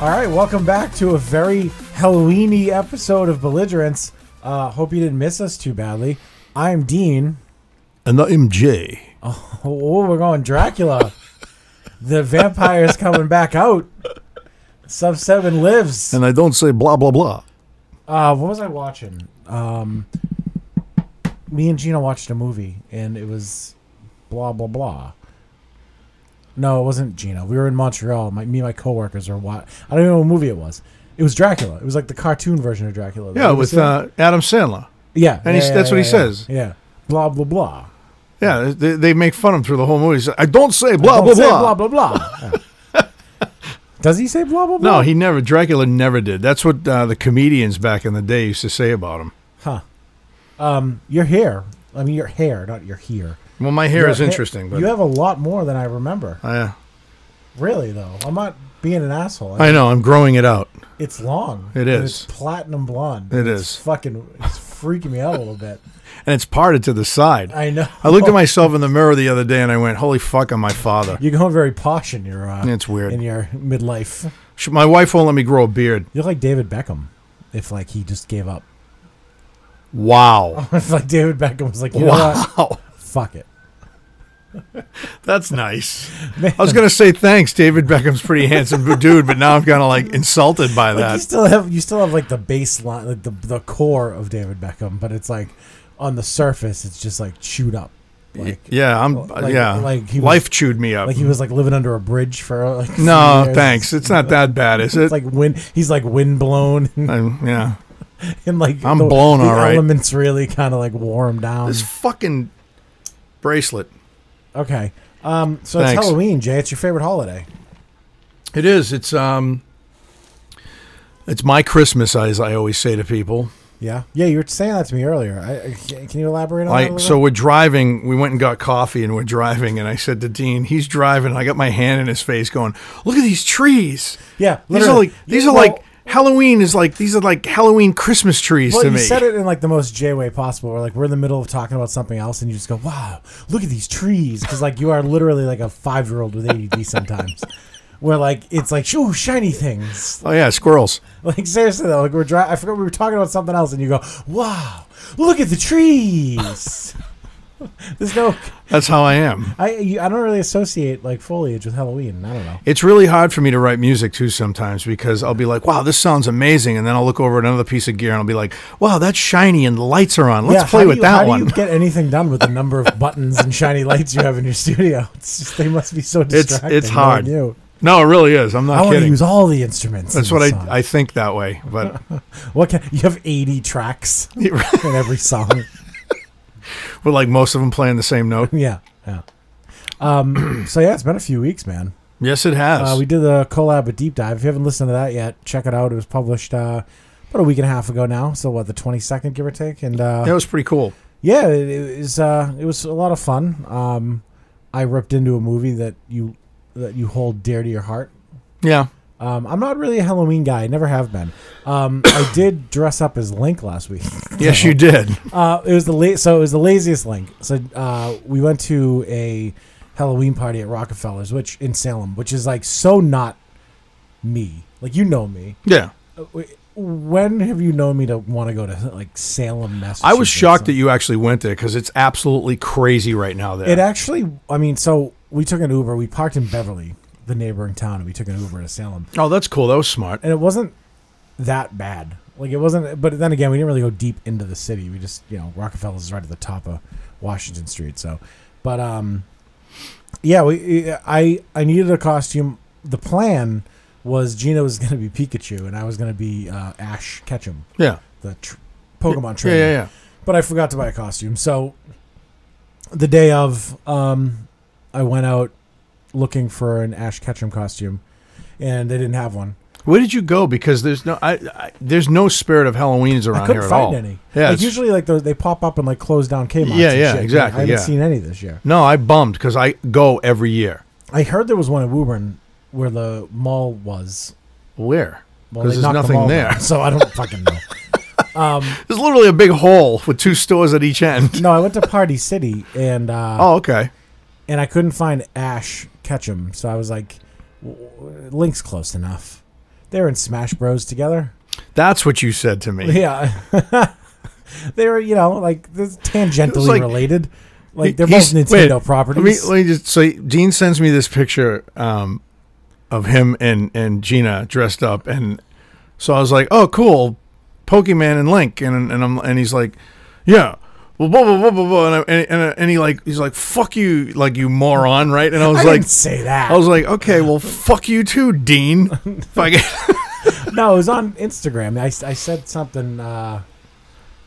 All right, welcome back to a very Halloweeny episode of Belligerence. Uh, hope you didn't miss us too badly. I'm Dean. And I'm Jay. Oh, oh, we're going Dracula. the vampire's coming back out. Sub Seven lives. And I don't say blah, blah, blah. Uh, what was I watching? Um, me and Gina watched a movie, and it was blah blah blah. No, it wasn't Gina. We were in Montreal. My, me and my coworkers were what? I don't even know what movie it was. It was Dracula. It was like the cartoon version of Dracula. Yeah, Have you with seen it? uh, Adam Sandler. yeah, and he- yeah, that's what he yeah, says. Yeah, blah blah blah. Yeah, they, they make fun of him through the whole movie. He says, I don't say blah, Don't blah, say blah. blah blah blah. Yeah. Does he say blah blah blah? No, he never. Dracula never did. That's what uh, the comedians back in the day used to say about him. Um, Your hair. I mean, your hair, not your hair. Well, my hair Your is hair- interesting, but you have a lot more than I remember. I, uh, Really though, I'm not being an asshole. I know I'm growing it out. It's long. It and is. It's platinum blonde. It it's is. Fucking, it's freaking me out a little bit. and it's parted to the side. I know. I looked at myself in the mirror the other day and I went, "Holy fuck, I'm my father." You're going very posh in your. Uh, It's weird. In your midlife, Sh- My wife won't let me grow a beard. you look like David Beckham. If like he just gave up. Wow, if like David Beckham was like, you know what? wow, Fuck it. that's nice. I was gonna say thanks. David Beckham's pretty handsome dude, but now I'm kind of like insulted by Like, you that. still have you still have like the baseline, like the the core of David Beckham, but it's like on the surface, it's just like chewed up. Like Yeah, I'm. uh, Like- yeah, like he was- life chewed me up. like he was like living under a bridge for like. three no, years. thanks. It's not that bad, is it? It's like wind. He's like windblown. I'm, yeah. and like I'm the, blown, the all right. elements really kind of like wore him down. This fucking bracelet. okay, um, so it's Thanks. Halloween, Jay. It's your favorite holiday. It is. It's um. It's my Christmas, as I always say to people. Yeah, yeah. You were saying that to me earlier. I, Oh, I, can can you elaborate on that? a Like little so, bit? we're driving. We went and got coffee, and we're driving. And I said to Dean, "He's driving." And I got my hand in his face, going, "Look at these trees. Yeah, these are literally. like these You- are well- like Halloween is like these are like Halloween Christmas trees Well, to you me." said it in like the most J way possible. Where like we're in the middle of talking about something else, and you just go, "Wow, look at these trees!" Because like you are literally like a five year old with ADD sometimes. Where like it's like shoo shiny things. Oh yeah, squirrels. Like seriously though, like we're dry. I forgot we were talking about something else, and you go, "Wow, look at the trees." There's no That's how I am. I you, I don't really associate like foliage with Halloween. I don't know. It's really hard for me to write music too sometimes because I'll be like, "Wow, this sounds amazing," and then I'll look over at another piece of gear and I'll be like, "Wow, that's shiny and the lights are on. Let's Yeah, play how do with you- that how one." Do you get anything done with the number of buttons and shiny lights you have in your studio? It's just they must be so it's distracting. it's knowing hard. you. No, it really is. I'm I not want to kidding. use all the instruments. That's what I, I think that way. But What can, you have eighty tracks but in every song. like most of them playing the same note. yeah, yeah. Um, so yeah, it's been a few weeks, man. Yes, it has. Uh, we did the collab with Deep Dive. If you haven't listened to that yet, check it out. It was published uh, about a week and a half ago now. So what, the twenty second, give or take, and uh, that was pretty cool. yeah, it, it was uh, it was a lot of fun. Um, I ripped into a movie that you that you hold dear to your heart. Yeah. Um, I'm not really a Halloween guy. I never have been. Um, I did dress up as Link last week. Yes, you did. Uh, it was the la- so it was the laziest link. So uh, we went to a Halloween party at Rockefeller's, which in Salem, which is like so not me. Like you know me. Yeah. When have you known me to want to go to like Salem, Massachusetts? I was shocked that you actually went there because it's absolutely crazy right now there. It actually, I mean, so we took an Uber. We parked in Beverly, the neighboring town, and we took an Uber to Salem. oh, that's cool. That was smart. and it wasn't that bad. Like it wasn't, but then again, we didn't really go deep into the city. We just, you know, Rockefeller's is right at the top of Washington Street. So, but um, yeah, we I I needed a costume. The plan was Gina was going to be Pikachu and I was going to be uh, Ash Ketchum, Yeah. the tr- Pokemon Yeah, trainer. yeah, yeah. But I forgot to buy a costume, so the day of, um, I went out looking for an Ash Ketchum costume, and they didn't have one. Where did you go? Because there's no I, I, there's no spirit of Halloween's I around here couldn't at find all. any. Yeah, like it's- usually like those, they pop up and like close down Kmart. Yeah, and yeah, shit. exactly, I haven't yeah. seen any this year. no, I bummed because I go every year. I heard there was one in Woburn where the mall was. Where? Well, Because they there's knocked the nothing mall there. down, so I don't fucking know. There's literally a big hole with two stores at each end. No, I went to Party City and uh, Oh, okay. and I couldn't find Ash Ketchum, so I was like, w- w- Link's close enough. They were in Smash Bros. together. That's what you said to me. Yeah. they were, you know, like this tangentially like- related. Like they're both He's- wait, Nintendo let me- properties. Let me, just so Dean sends me this picture um, of him and and Gina dressed up, and so I was like, oh, cool, Pokemon and Link, and and I'm and he's like, yeah. Well, blah blah blah blah blah, and, I, and, and, and he like he's like fuck you, like you moron, right? And I was I like, didn't say that. I was like, okay, well, fuck you too, Dean. Fuck. no, it was on Instagram. I, s- I said something. Uh,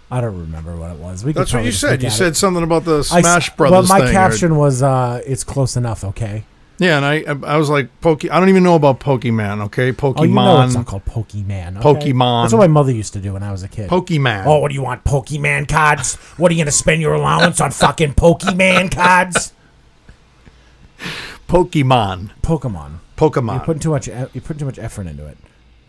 I don't remember what it was. We could That's what probably you just said. look You at it. said something about the I s- Smash Brothers. But my thing, or- caption was, uh, "It's close enough." Okay. yeah, and I I was like, Poke. I don't even know about Pokemon. Okay, Pokemon. Oh, you know it's not called Pokemon. okay? Pokemon. That's what my mother used to do when I was a kid. Pokemon. Oh, what do you want, Pokemon cards? What are you gonna spend your allowance on fucking Pokemon cards? Pokemon. Pokemon. Pokemon. You're putting too much. e- You're putting too much effort into it.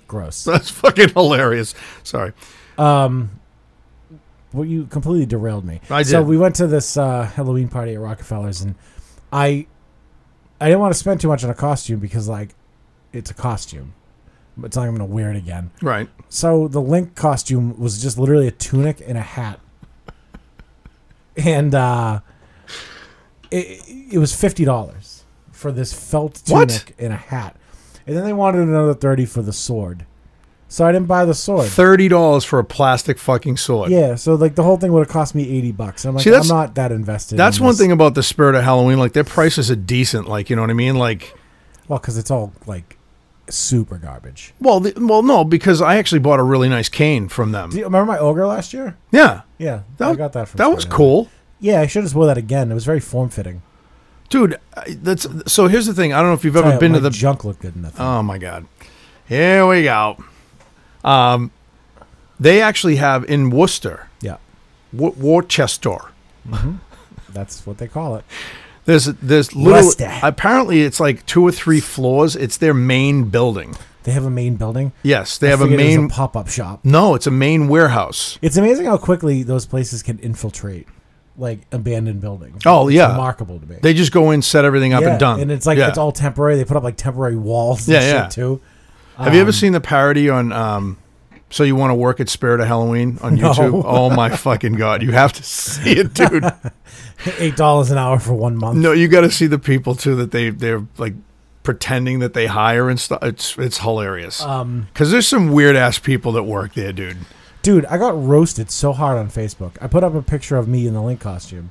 Gross. That's fucking hilarious. Sorry. Well, you completely derailed me. I So did. we went to this uh, Halloween party at Rockefeller's, and I, I didn't want to spend too much on a costume because like, it's a costume. It's not like I'm gonna wear it again. Right. So the Link costume was just literally a tunic and a hat, and uh, it it was fifty dollars for this felt What? tunic and a hat, and then they wanted another thirty for the sword. So I didn't buy the sword. Thirty dollars for a plastic fucking sword. Yeah, so like the whole thing would have cost me eighty bucks. I'm like, See, that's- I'm not that invested. That's in one this. thing about the spirit of Halloween. Like their prices are decent. Like you know what I mean. Like Well, because it's all like super garbage. well, the, well, no, because I actually bought a really nice cane from them. Do you remember my ogre last year? yeah, Yeah, that, I got that. From that was Spider-Man. cool, Yeah, I should have wore that again. It was very form fitting. dude. I- That's so. Here's the thing. I don't know if you've ever been to the. junk looked good enough. oh my god, here we go. Um, they actually have in Worcester, yeah, Wor- Worcester. that's what they call it. There's there's little Leicester. apparently it's like two or three floors. It's their main building. They have a main building. Yes, they I have a figured it was main. pop up shop. no, it's a main warehouse. It's amazing how quickly those places can infiltrate like abandoned buildings. Oh, It's yeah. remarkable to me. They just go in, set everything up, yeah, and done. and it's like Yeah. it's all temporary. They put up like temporary walls. Yeah, and yeah. Shit too. Have you ever seen the parody on? Um, so you want to work at Spirit of Halloween on No. YouTube? Oh my fucking god! You have to see it, dude. Eight dollars an hour for one month. no, you got to see the people too that they they're like pretending that they hire and stuff. It's it's hilarious. Um, because there's some weird ass people that work there, dude. Dude, I got roasted so hard on Facebook. I put up a picture of me in the Link costume.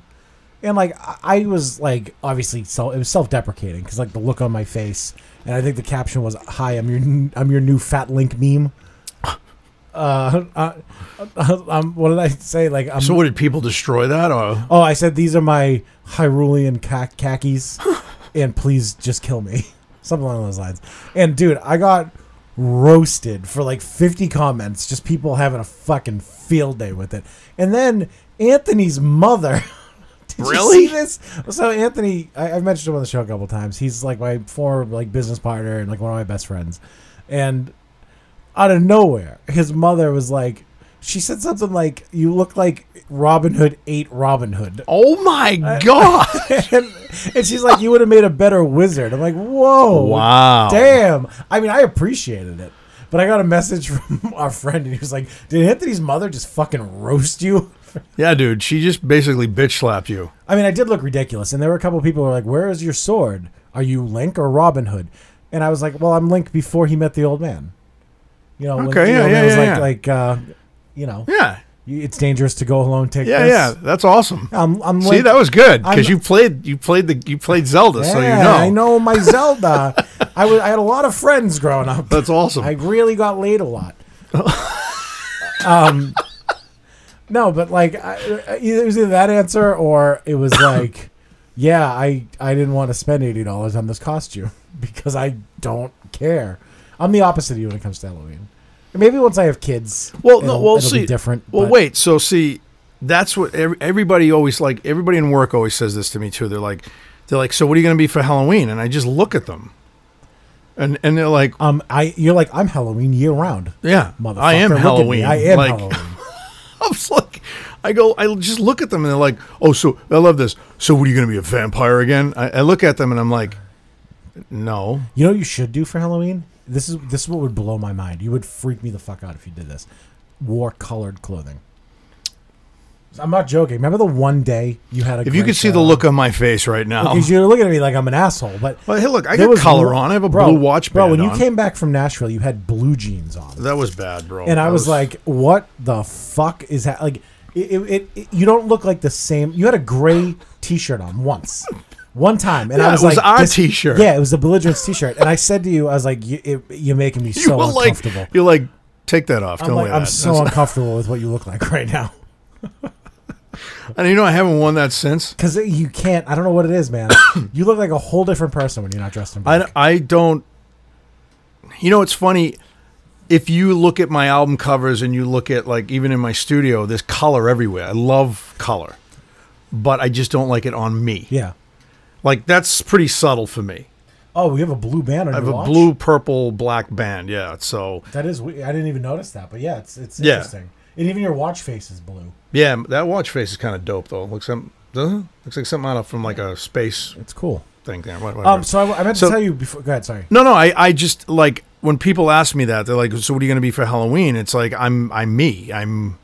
And like I I was like obviously self it was self deprecating because like the look on my face and I think the caption was hi I'm your n- I'm your new fat Link meme. Uh, uh, uh, um, what did I say? Like I'm So what did people destroy that? Or oh I said these are my Hyrulean khak- khakis and please just kill me something along those lines. And dude I got roasted for like 50 comments, just people having a fucking field day with it. And then Anthony's mother. Did Really? You see this? So Anthony, I, I've mentioned him on the show a couple times. He's like my former like business partner and like one of my best friends. And out of nowhere, his mother was like, she said something like, "You look like Robin Hood ate Robin Hood," oh my god! and, and she's like, "You would have made a better wizard." I'm like, "Whoa, Wow. damn!" I mean, I appreciated it, but I got a message from our friend, and he was like, "Did Anthony's mother just fucking roast you?" Yeah, dude, she just basically bitch slapped you. I mean, I did look ridiculous, and there were a couple people who were like, "Where is your sword? Are you Link or Robin Hood?" And I was like, "Well, I'm Link before he met the old man." You know, Okay, the yeah, old yeah, man was yeah, yeah. like, like, uh, you know, Yeah, you- it's dangerous to go alone. Take yeah, this. yeah. That's awesome. I'm, I'm See, Link. that was good because I'm- you played, you played the, you played Zelda, so you Yeah, know. I know my Zelda. I was I had a lot of friends growing up. That's awesome. I really got laid a lot. um, No, but like I, I- it was either that answer or it was like, yeah, I I didn't want to spend eighty dollars on this costume because I don't care. I'm the opposite of you when it comes to Halloween. And Maybe once I have kids, Well, no, it'll- well, it'll see, be different. Well, but- wait. So see, that's what every, everybody always like. Everybody in work always says this to me too. They're like, they're like, so what are you going to be for Halloween? And I just look at them, and and they're like, um, I you're like I'm Halloween year round, yeah, motherfucker. I am Look at me. Halloween. I am like, Halloween. I was like, I go, I just look at them, and they're like, oh, so I love this. So what are you going to be a vampire again? I, I look at them, and I'm like, no. You know what you should do for Halloween? This is this is what would blow my mind. You would freak me the fuck out if you did this. Wore colored clothing. I'm not joking. Remember the one day you had a. If you gray could see the shadow? look on my face right now, Because you're looking at me like I'm an asshole. But well, hey, look, I there got was collar one- on. I have a bro, blue watch band. Bro, when on. you came back from Nashville, you had blue jeans on, that was bad, bro. and I That was, like, "What the fuck is that?" Like, it, it, it, it- you don't look like the same. You had a gray T-shirt on once, one time, and Yeah, I was, it was like, our this- T-shirt. Yeah, it was the belligerents T-shirt, and I said to you, "I was like, you, it, you're making me you so were like, uncomfortable." you're like, take that off. I'm Don't like, wear I'm that. so uncomfortable with what you look like right now. and you know, I haven't worn that since. Because you can't. I don't know what it is, man. you look like a whole different person when you're not dressed in black. I, I don't. You know, it's funny. If you look at my album covers and you look at like even in my studio, there's color everywhere. I love color, but I just don't like it on me. yeah. Like that's pretty subtle for me. Oh, we have a blue band on I have your a watch? blue, purple, black band. Yeah, so That is. we- I didn't even notice that, but yeah, it's it's Yeah. interesting. And even your watch face is blue. yeah, that watch face is kind of dope though. Looks like doesn't it? looks like something out of from like a space It's cool. thing there. What- whatever. Um. So I, I meant So- to tell you before. Go ahead. Sorry. No, no, I, I just like when people ask me that, they're like, "So what are you going to be for Halloween?" It's like I'm, I'm me. I'm.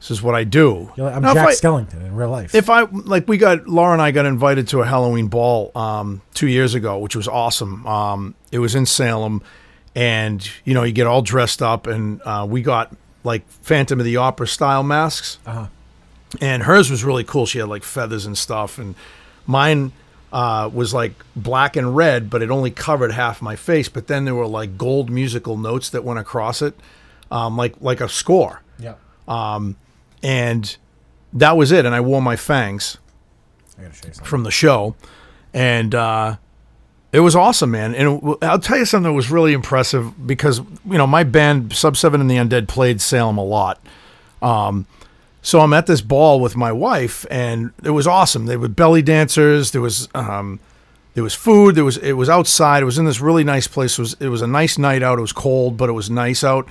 This is what I do. You're like, I'm Now, Jack if, I, Skellington in real life. if I like, we got Laura and I got invited to a Halloween ball um, two years ago, which was awesome. Um, it was in Salem, and you know, you get all dressed up, and uh, we got like Phantom of the Opera style masks and hers was really cool. She had like feathers and stuff, and mine uh, was like black and red, but it only covered half my face. But then there were like gold musical notes that went across it, um, like like a score, yeah. and that was it. And I wore my fangs I gotta show you something. from the show, and uh, it was awesome, man. And it, w- I'll tell you something that was really impressive because you know my band Sub Seven and the Undead played Salem a lot. Um, so I'm at this ball with my wife, and it was awesome. There were belly dancers. There was um, there was food. There was it was outside. It was in this really nice place. It was it was a nice night out. It was cold, but it was nice out.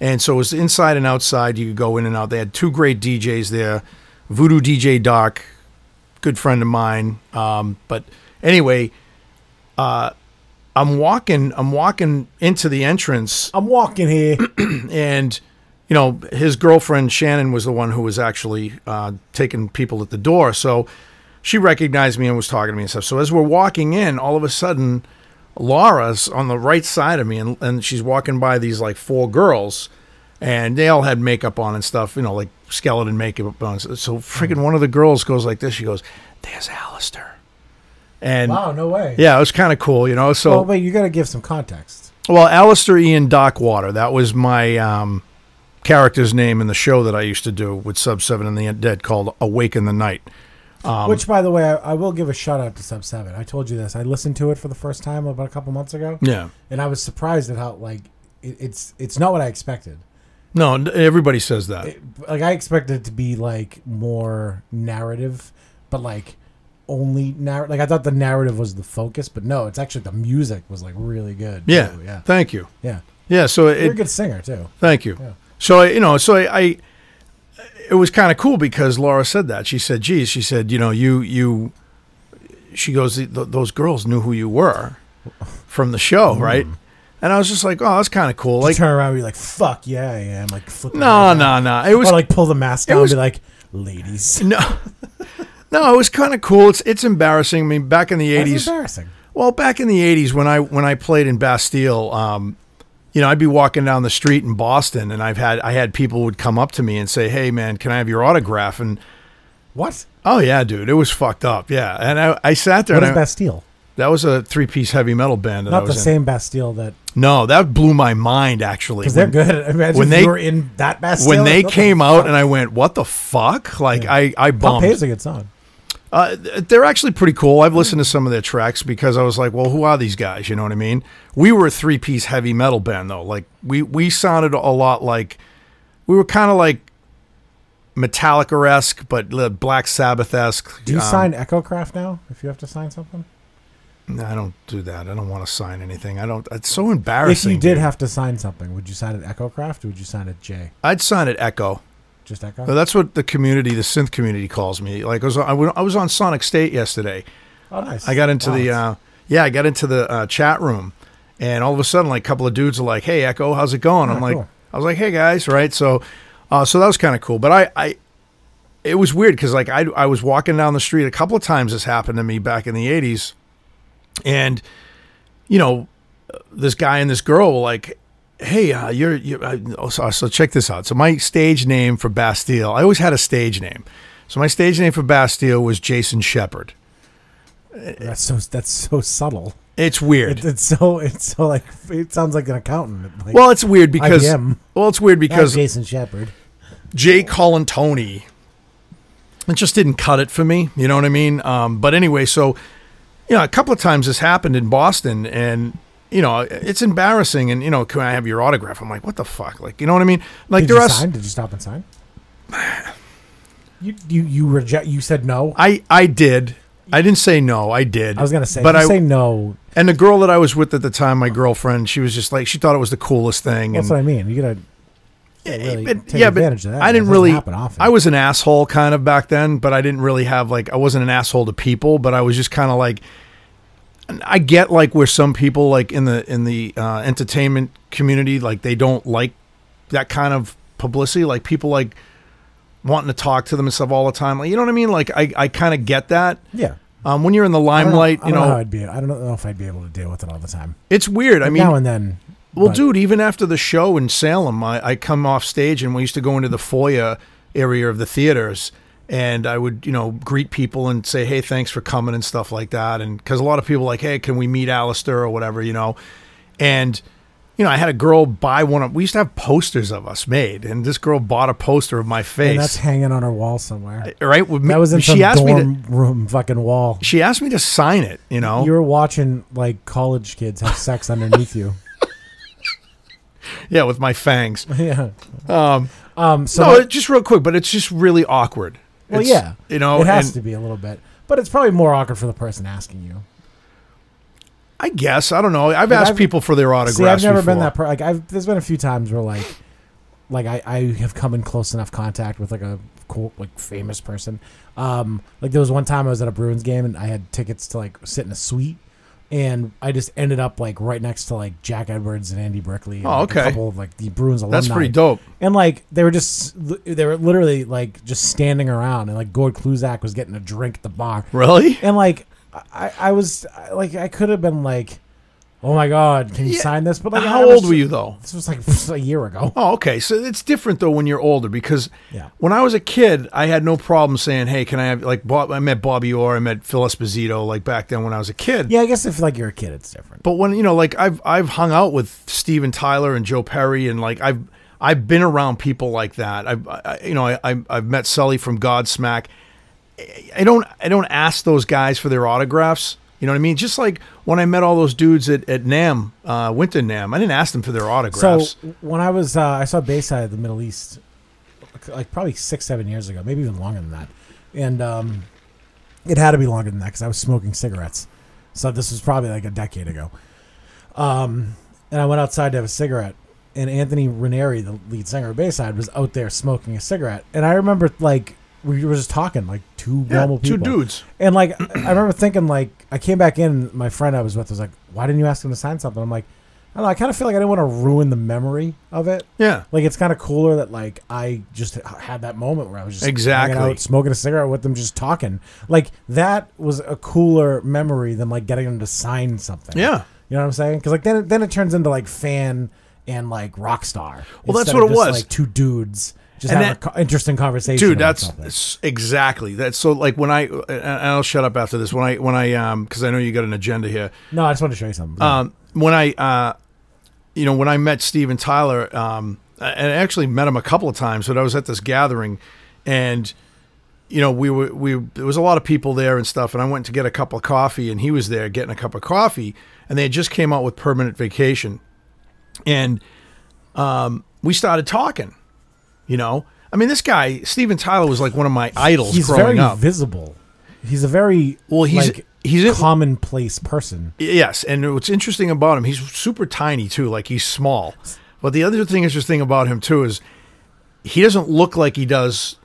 And so it was inside and outside. You could go in and out. They had two great DJs there, Voodoo DJ Doc, good friend of mine. Um, but anyway, uh, I'm walking. I'm walking into the entrance, I'm walking here. and you know his girlfriend Shannon was the one who was actually uh, taking people at the door. So she recognized me and was talking to me and stuff. So as we're walking in, all of a sudden, Laura's on the right side of me, and, and she's walking by these like four girls. And they all had makeup on and stuff, you know, like skeleton makeup on. So, so freaking one of the girls goes like this. She goes, "There's Alistair," and wow. No way. yeah, it was kind of cool, you know. So Well, wait. You gotta give some context. well, Alistair Ian Dockwater. That was my um, character's name in the show that I used to do with Sub 7 and the Dead called Awaken the Night. um, Which, by the way, I, I will give a shout out to Sub Seven. I told you this. I listened to it for the first time about a couple months ago, Yeah. and I was surprised at how like it, it's it's not what I expected. No, n- everybody says that. like I expected it to be like more narrative, but like only narrative. Like I thought the narrative was the focus, but no, it's actually the music was like really good. yeah. too. yeah, Thank you. yeah. Yeah. So You're a it, good singer too. thank you. So, I- you know, so I, I it was kind of cool because Laura said that. She said, geez, she said, you know, you, you, she goes, "Th- th- those girls knew who you were from the show, right? And I was just like, oh, that's kind of cool. Like Like, Hmm. turn around, and be like, "Fuck yeah, I am." Like flip. my no, hair back. no, no. It was Or like pull the mask down was- and be like, "Ladies." No. No, it was kind of cool. It's it's embarrassing. I mean, back in the That's eighties, embarrassing. well, back in the eighties when I when I played in Bastille, um, you know, I'd be walking down the street in Boston, and I've had I had people would come up to me and say, "Hey, man, can I have your autograph?" And What? oh yeah, dude, it was fucked up. Yeah, and I, I sat there What and is I- Bastille? That was a three-piece heavy metal band. That I Not the was in. same Bastille that No, that blew my mind actually. because they're When- good. Imagine when if they- you were in that Bastille. When they What the came out, fuck? and I went, "What the fuck?" Like I, I Pompeii bumped. is a good song. Uh, th- they're actually pretty cool. I've listened to some of their tracks because I was like, well, who are these guys? You know what I mean? We were a three piece heavy metal band though. Like we we sounded a lot like we were kind of like Metallica esque, but uh, Black Um, Sabbath esque. Do you sign Echo Craft now? If you have to sign something, I don't do that. I don't want to sign anything. I don't. It's so if embarrassing. you did dude. have to sign something, would you sign at Echo Craft or would you sign at J? I'd sign at Echo. Just Echo. But that's what the community, the synth community, calls me. Like I was, I went- I was on Sonic State yesterday. oh, nice. I got into Wow, the it's- uh, yeah, I got into the uh, chat room, and all of a sudden, like a couple of dudes are like, "Hey, Echo, how's it going?" I'm Oh, like, cool. I was like, "Hey guys, right?" So, uh, so that was kind of cool. But I, I, it was weird because like I, I was walking down the street a couple of times. This happened to me back in the '80s, and you know, this guy and this girl were like. Hey, uh, you're, you're uh, oh, so, so check this out. So my stage name for Bastille, I always had a stage name. So my stage name for Bastille was Jason Shepard. that's so that's so subtle. It's weird. It, it's so it's so like it sounds like an accountant. Like, Well, it's weird because IBM. well, it's weird not because Jason Shepard. Jay Colantoni, it just didn't cut it for me. You know what I mean? Um, but anyway, so you know, a couple of times this happened in Boston, and you know, it's embarrassing. And you know, can I have your autograph? I'm like, what the fuck? Like, you know what I mean? Like, Did there you are. s- sign? Did you stop and sign? You you you reject. You said no. I I did. I didn't say no. I did. I was gonna say, but you I say no. and the girl that I was with at the time, my girlfriend, she was just like, she thought it was the coolest thing. That's and, what I mean. You gotta yeah, really but- take yeah, but advantage of that. I That didn't doesn't really. happen often. I was an asshole kind of back then, but I didn't really have like I wasn't an asshole to people, but I was just kind of like. and I get like where some people like in the in the uh, entertainment community like they don't like that kind of publicity, like people like wanting to talk to them and stuff all the time. Like you know what I mean? Like I I kind of get that. yeah. Um, when you're in the I don't limelight, I you don't how know, I'd be. I don't know if I'd be able to deal with it all the time. it's weird. I mean, now and then. Well, but- dude, even after the show in Salem, I, I come off stage and we used to go into the foyer area of the theaters and I would, you know, greet people and say, hey, thanks for coming and stuff like that. And because a lot of people like, hey, can we meet Alistair or whatever, you know? And, you know, I had a girl buy one of, we used to have posters of us made and this girl bought a poster of my And that's face. hanging on her wall somewhere. right? With me- That was in some she asked me to, dorm room fucking wall. she asked me to sign it, you know? You were watching like college kids have sex underneath you. yeah, with my fangs. Yeah. Um. Um. So No, it, just real quick, but it's just really awkward. Well, It's- yeah, You know, it has and- to be a little bit, but it's probably more awkward for the person asking you. I guess I don't know. I've Like, asked I've- people for their autographs. See, I've never before. been that. Per- like, I've there's been a few times where like, like I, I have come in close enough contact with like a cool like famous person. Um, like there was one time I was at a Bruins game and I had tickets to like sit in a suite, and I just ended up like right next to like Jack Edwards and Andy Brickley. And, Oh, like, okay. a couple of like the Bruins alumni. That's pretty dope. And like they were just they were literally like just standing around and like Gord Kluzak was getting a drink at the bar. Really? and like I, I was I- like I could have been like, oh my god, can you Yeah. sign this? But like, I How was- old were you though? This was like a year ago. Oh, okay. So it's different though when you're older because Yeah. when I was a kid, I had no problem saying, "Hey, can I have like?" Bob, I met Bobby Orr, I met Phil Esposito, like back then when I was a kid. Yeah, I guess if like you're a kid, it's different. But when you know, like I've I've hung out with Steven Tyler and Joe Perry, and like I've I've been around people like that. I've I, you know I I've- I've met Sully from Godsmack. I- I don't I don't ask those guys for their autographs. You know what I mean? Just like when I met all those dudes at at Nam, uh, Winter Nam, I didn't ask them for their So autographs. when I was uh, I saw Bayside at the Middle East, like probably six seven years ago, maybe even longer than that, and um, it had to be longer than that because I was smoking cigarettes. So this was probably like a decade ago. Um, and I went outside to have a cigarette, and Anthony Ranieri, the lead singer of Bayside, was out there smoking a cigarette. And I remember like we were just talking, like two Yeah, normal two people, dudes. and like I remember thinking like I came back in, and my friend I was with was like, "Why didn't you ask him to sign something?" I'm like, I don't know. I kind of feel like I didn't want to ruin the memory of it. Yeah. Like it's kind of cooler that like I just h- had that moment where I was just hanging Exactly. out, smoking a cigarette with them, just talking. Like that was a cooler memory than like getting them to sign something. Yeah. you know what I'm saying? Because like then it, then it turns into like fan and like rock star. Well, that's instead what of it just, was. Like two dudes Just And have that- a co- interesting conversation. dude about that's something. s- exactly that's so like when i and i'll shut up after this when i when i um because i know you got an agenda here no. I just wanted to show you something. um, when I, uh, you know, when I met Steven Tyler, um, and I actually met him a couple of times, but I was at this gathering, and you know, we were we there was a lot of people there and stuff, and I went to get a cup of coffee, and he was there getting a cup of coffee, and they had just came out with permanent vacation, and um, we started talking, you know. I mean, this guy Steven Tyler was like one of my idols he's growing very up. visible. He's a very Well, he's- like, he's in- commonplace person. Yes, and what's interesting about him, he's super tiny too, like he's small. But the other thing interesting about him too is he doesn't look like he does,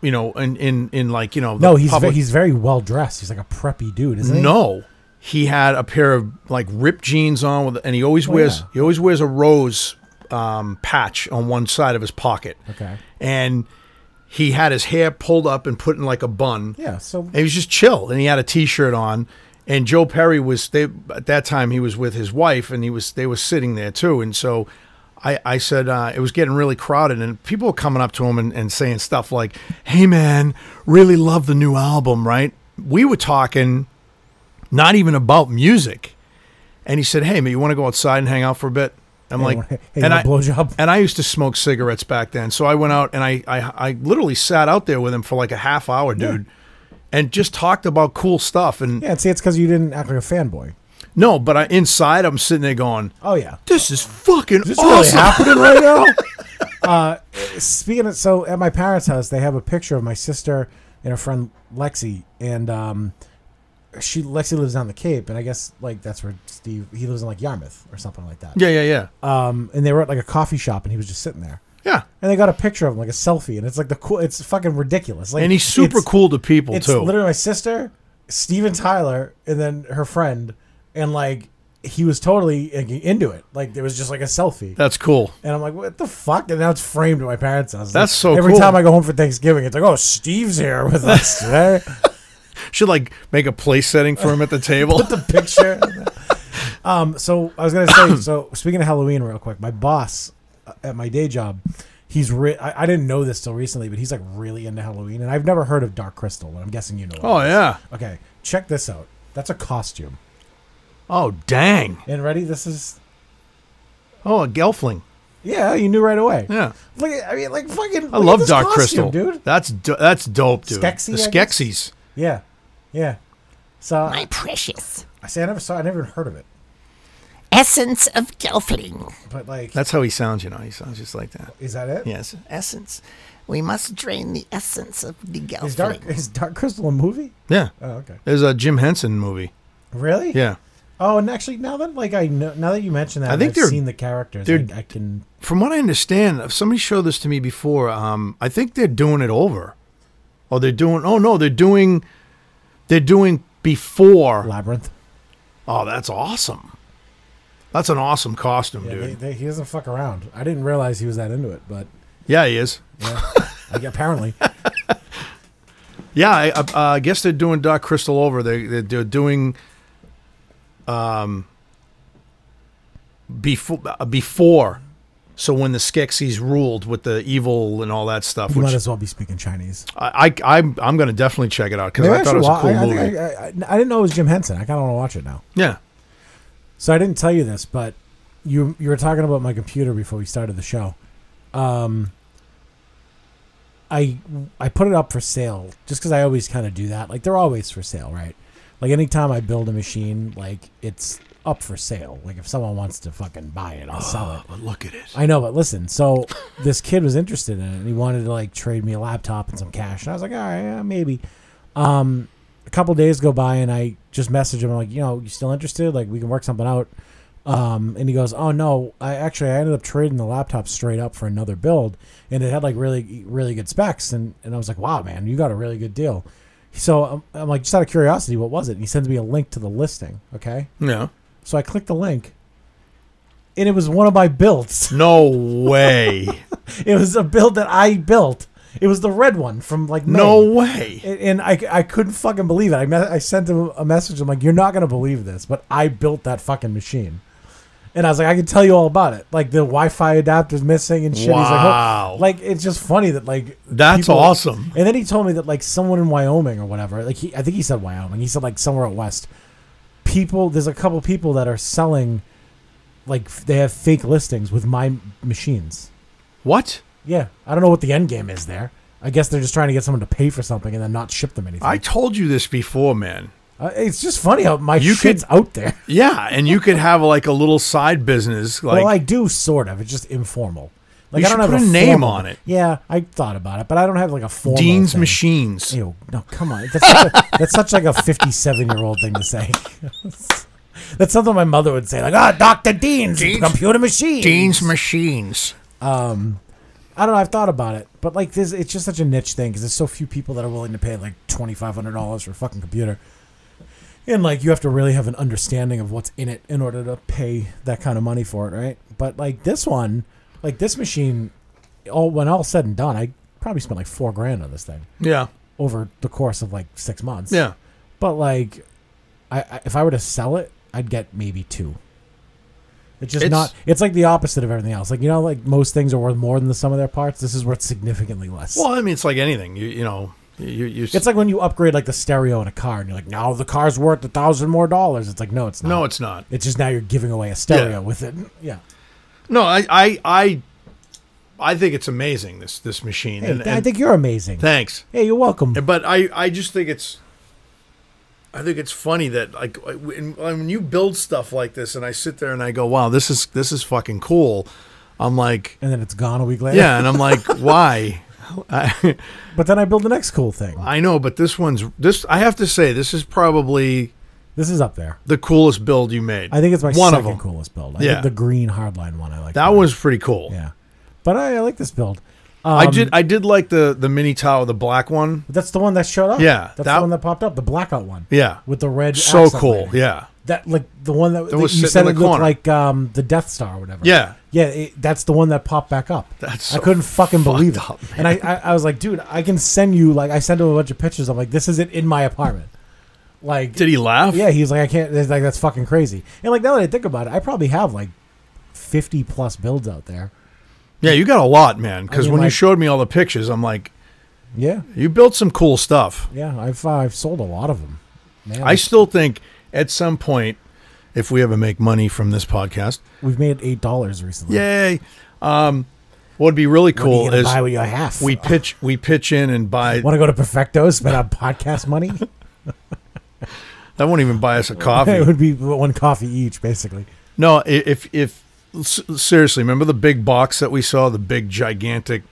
you know, in in, in like you know. the No, he's ve- public- he's very well dressed. He's like a preppy dude, isn't he? no. He had a pair of like ripped jeans on, with, and he always wears Oh, yeah. he always wears a rose um, patch on one side of his pocket. Okay. and he had his hair pulled up and put in like a bun. Yeah. So And he was just chill, and he had a T-shirt on. And Joe Perry was they at that time he was with his wife, and he was they were sitting there too. And so, I I said uh, it was getting really crowded, and people were coming up to him and, and saying stuff like, "Hey man, really love the new album, right?" We were talking, not even about music, and he said, "Hey man, you want to go outside and hang out for a bit?" I'm Hey, like, you wanna- hey, you want a blowjob? and I used to smoke cigarettes back then. So I went out and I, I, I literally sat out there with him for like a half hour, dude, and just talked about cool stuff. And yeah, and see, it's because you didn't act like a fanboy. no, but I, inside I'm sitting there going, Oh yeah. this is fucking Is this really awesome. happening right now? uh, speaking of, so at my parents' house, they have a picture of my sister and her friend Lexi, and um, she Lexi lives down the Cape, and I guess like that's where Steve he lives in like Yarmouth or something like that. yeah, yeah, yeah. Um, and they were at like a coffee shop, and he was just sitting there, yeah. and they got a picture of him, like a selfie, and it's like the cool, it's fucking ridiculous. Like, And he's super it's- cool to people It's too. literally my sister, Steven Tyler, and then her friend, and like he was totally like, into it. Like there was just like a selfie. That's cool. And I'm like, what the fuck? And now it's framed at my parents' house. That's Like, so Every cool. time I go home for Thanksgiving, it's like, oh, Steve's here with us today. Should like make a place setting for him at the table. Picture. um, so I was gonna say. So speaking of Halloween, real quick, my boss uh, at my day job, he's re- I, I didn't know this till recently, but he's like really into Halloween, and I've never heard of Dark Crystal, but I'm guessing you know. it. oh yeah. Okay, check this out. That's a costume. Oh dang. And ready? This is. Oh a gelfling. Yeah, you knew right away. Yeah. Look, at- I mean, like fucking. I look at love this Dark costume, Crystal, dude. That's do- that's dope, dude. Skeksis, the I guess? Skeksis. Yeah, yeah. So uh, My precious I say I never saw. I never even heard of it. essence of Gelfling. But like, That's how he sounds. You know, he sounds just like that. is that it? Is Yes. Essence. We must drain the essence of the Gelfling. Dark is Dark Crystal a movie? Yeah. Oh, okay. There's a Jim Henson movie. Really? Yeah. Oh, and actually, now that like I know, now that you mentioned that, I I think think they're- I've seen the characters. they're- I, I can. From what I understand, if somebody showed this to me before. Um, I think they're doing it over. Oh, they're doing. Oh no, they're doing. They're doing before. Labyrinth. Oh, that's awesome. That's an awesome costume, Yeah, dude. they, they, he doesn't fuck around. I didn't realize he was that into it, but yeah, he is. yeah, like, apparently. Yeah, I, uh, I guess they're doing Dark Crystal over. They they're, they're doing, um, before uh, before, so when the Skeksis ruled with the evil and all that stuff, You which might as well be speaking Chinese. I, I I'm I'm gonna definitely check it out because I thought it was a wa- cool I, I movie. think I, I, I didn't know it was Jim Henson. I kind of want to watch it now. yeah, So I didn't tell you this, but you you were talking about my computer before we started the show. Um, I I put it up for sale just because I always kind of do that. Like they're always for sale, right? Like anytime I build a machine, like it's up for sale. Like if someone wants to fucking buy it, I'll sell it. but look at it. I know, but listen. So this kid was interested in it, and he wanted to like trade me a laptop and some cash. And I was like, all right, yeah, maybe. Um, a couple days go by, and I just message him. I'm like, you know, you still interested? Like, we can work something out. Um, and he goes, oh no, I actually I ended up trading the laptop straight up for another build, and it had like really really good specs. And and I was like, wow, man, you got a really good deal. So I'm, I'm like, just out of curiosity, what was it? And he sends me a link to the listing. Okay, No, so I click the link, and it was one of my builds. no way, It was a build that I built. It was the red one from like May. no way. And- And I, I couldn't fucking believe it. I me- I sent him a message. I'm like, you're not gonna believe this, but I built that fucking machine. And I was like, I can tell you all about it. Like the Wi-Fi adapter's missing and shit. He's like, "Oh." Wow. like it's just funny that like That's awesome. And then he told me that like someone in Wyoming or whatever, like he, I think he said Wyoming. He said like somewhere out west. People, there's a couple people that are selling, like f- they have fake listings with my m- machines. What? Yeah, I don't know what the end game is there. I guess they're just trying to get someone to pay for something and then not ship them anything. I told you this before, man. Uh, it's just funny how my You shit's out there. Yeah, and you could have like a little side business, like well, I do sort of. It's just informal. Like You I don't should have put a a name formal- on it. Yeah, I thought about it, but I don't have like a formal. Dean's thing. Machines. Ew, no, come on. That's such, a, that's such like a 57 year old thing to say. that's something my mother would say, like, ah, Dr. Dean's, Dean's- computer machine. Dean's Machines. I don't know. I've thought about it, but like, this, it's just such a niche thing because there's so few people that are willing to pay like $2,500 for a fucking computer. And like, you have to really have an understanding of what's in it in order to pay that kind of money for it, right? But like, this one, like, this machine, all when all said and done, I probably spent like four grand on this thing Yeah, over the course of like six months. yeah. But like, I, I if I were to sell it, I'd get maybe two. It's just It's- not. It's like the opposite of everything else. Like you know, like most things are worth more than the sum of their parts. This is worth significantly less. Well, I mean, it's like anything. You you know, you you. it's like when you upgrade like the stereo in a car, and you're like, "No, the car's worth a thousand more dollars." It's like, no, it's not. no, it's not. It's just now you're giving away a stereo Yeah. with it. Yeah, No, I I I, I think it's amazing this this machine. hey, and, I and- think you're amazing. thanks. hey, you're welcome. But I I just think it's. I think it's funny that like when, when you build stuff like this, and I sit there and I go, "Wow, this is this is fucking cool." I'm like, And then it's gone a week later. yeah, and I'm like, why? I, But then I build the next cool thing. I know, but this one's this. I have to say, this is probably This is up there. the coolest build you made. I think it's my one of second them. coolest build. I Yeah. think the green hardline one I like. That one's pretty cool. Yeah, but I, I like this build. Um, I did. I did like the the mini tower, the black one. That's the one that showed up. Yeah, that's that- the one that popped up. The blackout one. Yeah, with the red. so accent cool. lighting. Yeah, that like the one that, that was you sitting said in it the looked corner. like um, the Death Star or whatever. yeah. yeah, it, that's the one that popped back up. That's I so couldn't fucking believe it. fucked up, and I, I, I was like, dude, I can send you like I sent him a bunch of pictures. I'm like, this is it in my apartment. Like, Did he laugh? yeah, he's like, I can't. It's like that's fucking crazy. And like now that I think about it, I probably have like fifty plus builds out there. yeah. You got a lot, man. I Because mean, when you like- showed me all the pictures, I'm like, Yeah, you built some cool stuff. yeah, I've uh, I've sold a lot of them. Man, I still think at some point, if we ever make money from this podcast, We've made eight dollars recently. yay. Um, what would be really What are you cool gonna is buy with your half. we pitch we pitch in and buy. want to go to Perfecto, spend on podcast money. That won't even buy us a it coffee. would be one coffee each, basically. No, i- if if s- seriously, remember the big box that we saw, the big gigantic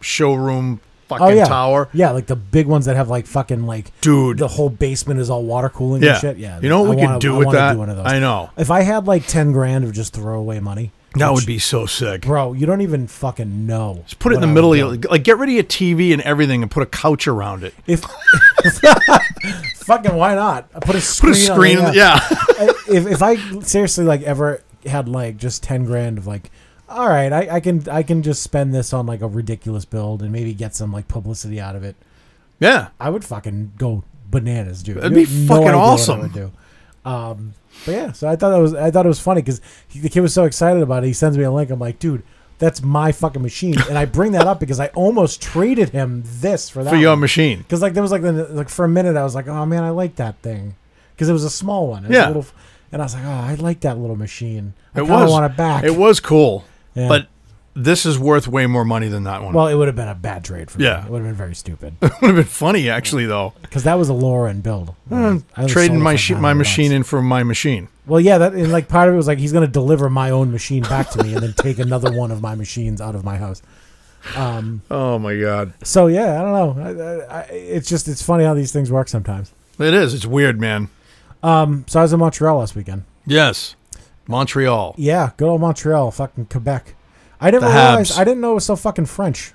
showroom fucking Oh yeah, tower, Yeah, like the big ones that have like fucking like dude. the whole basement is all water cooling yeah, and shit. Yeah, You know what I we wanna- could do I with wanna that? do one of those. I know If I had like ten grand of just throwaway money, that which- would be so sick. bro. You don't even fucking know. Just put it in what the I middle would of do. your, like get rid of your TV and everything and put a couch around it. If fucking why not? I put a screen. Put a screen, On, the- in the- yeah. I- if if I seriously like ever had like just ten grand of like, all right, I, I can I can just spend this on like a ridiculous build and maybe get some like publicity out of it. yeah. I would fucking go bananas, dude. That'd You be have fucking idea what I would awesome. do. Um, but yeah, so I thought that was I thought it was funny because the kid was so excited about it. He sends me a link. I'm like, dude. That's my fucking machine, and I bring that up because I almost traded him this for that for your one. machine. Because like there was like the, like for a minute I was like, oh man, I like that thing, because it was a small one. It was a Yeah. little f- and I was like, oh, I like that little machine. I It kind of was want it back. It was cool, Yeah. but this is worth way more money than that one. Well, it would have been a bad trade for me. Yeah. It would have been very stupid would have been funny actually though. because that was a Lauren build. I only sold Trading it my for shi- 900 my bucks. machine in for my machine. Well, yeah, that and like part of it was like he's gonna deliver my own machine back to me and then take another one of my machines out of my house. Oh my god. So yeah, I don't know. I, I, I, it's just it's funny how these things work sometimes. It is. It's weird, man. So I was in Montreal last weekend. Yes. Montreal. Yeah, good old Montreal, fucking Quebec. I didn't The realize Habs. I didn't know it was so fucking French.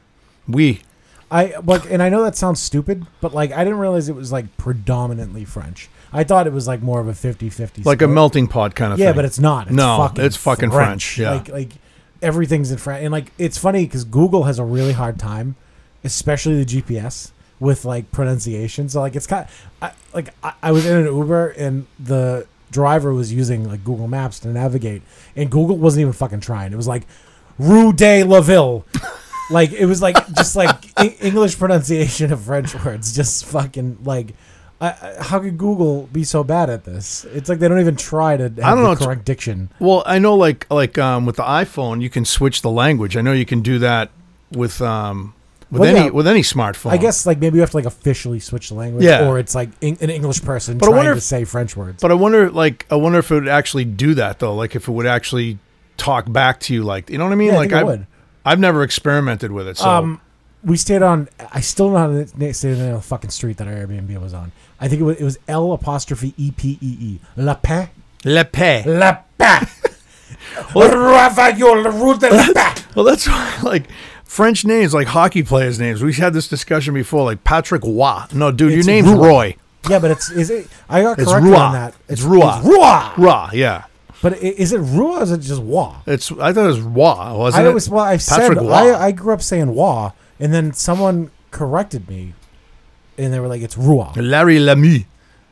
We. I like, and I know that sounds stupid, but like, I didn't realize it was like predominantly French. I thought it was like more of a 50-50 Like a split. melting pot kind of Yeah, thing. but it's not. It's No, fucking it's fucking French, yeah. like like everything's in French, and like it's funny because Google has a really hard time, especially the GPS with like pronunciation. So like it's kind, I, like I, I was in an Uber and the driver was using like Google Maps to navigate, and Google wasn't even fucking trying. It was like Rue de Laville. like it was like just like E- English pronunciation of French words. Just fucking like. I, I- how could Google be so bad at this? It's like they don't even try to have don't know, the it's- correct diction. Well, I know like like um, with the iPhone, you can switch the language. I know you can do that with um, with Well, any yeah. with any smartphone. I guess like maybe you have to like officially switch the language, Oh. Yeah. or it's like in, an English person But I trying wonder to if- say French words. But I wonder, like, I wonder if it would actually do that though. Like, if it would actually talk back to you, like, you know what I mean? Yeah, I like, think it I've- would. I've never experimented with it. So, Um, we stayed on. I still don't know how to na- say the name of the fucking street that our Airbnb was on. I think it was, it was L apostrophe E P E E. La Paix. Le Pay. La Paix. Raphael Rue de La Paix. Well, that's why, like French names, like hockey players' names. We've had this discussion before. Like Patrick Roy. No, dude, your It's name's Roy. Roy. Yeah, but it's is it? I got It's corrected Rua. on that. It's Rua. Rua. Roy, yeah. But i- is it Rua or is it just Wa? It's I thought it was Roy, wasn't I it? always well, I said Patrick Roy. I, I grew up saying Wa, and then someone corrected me, and they were like, "It's Rua Larry Lemieux.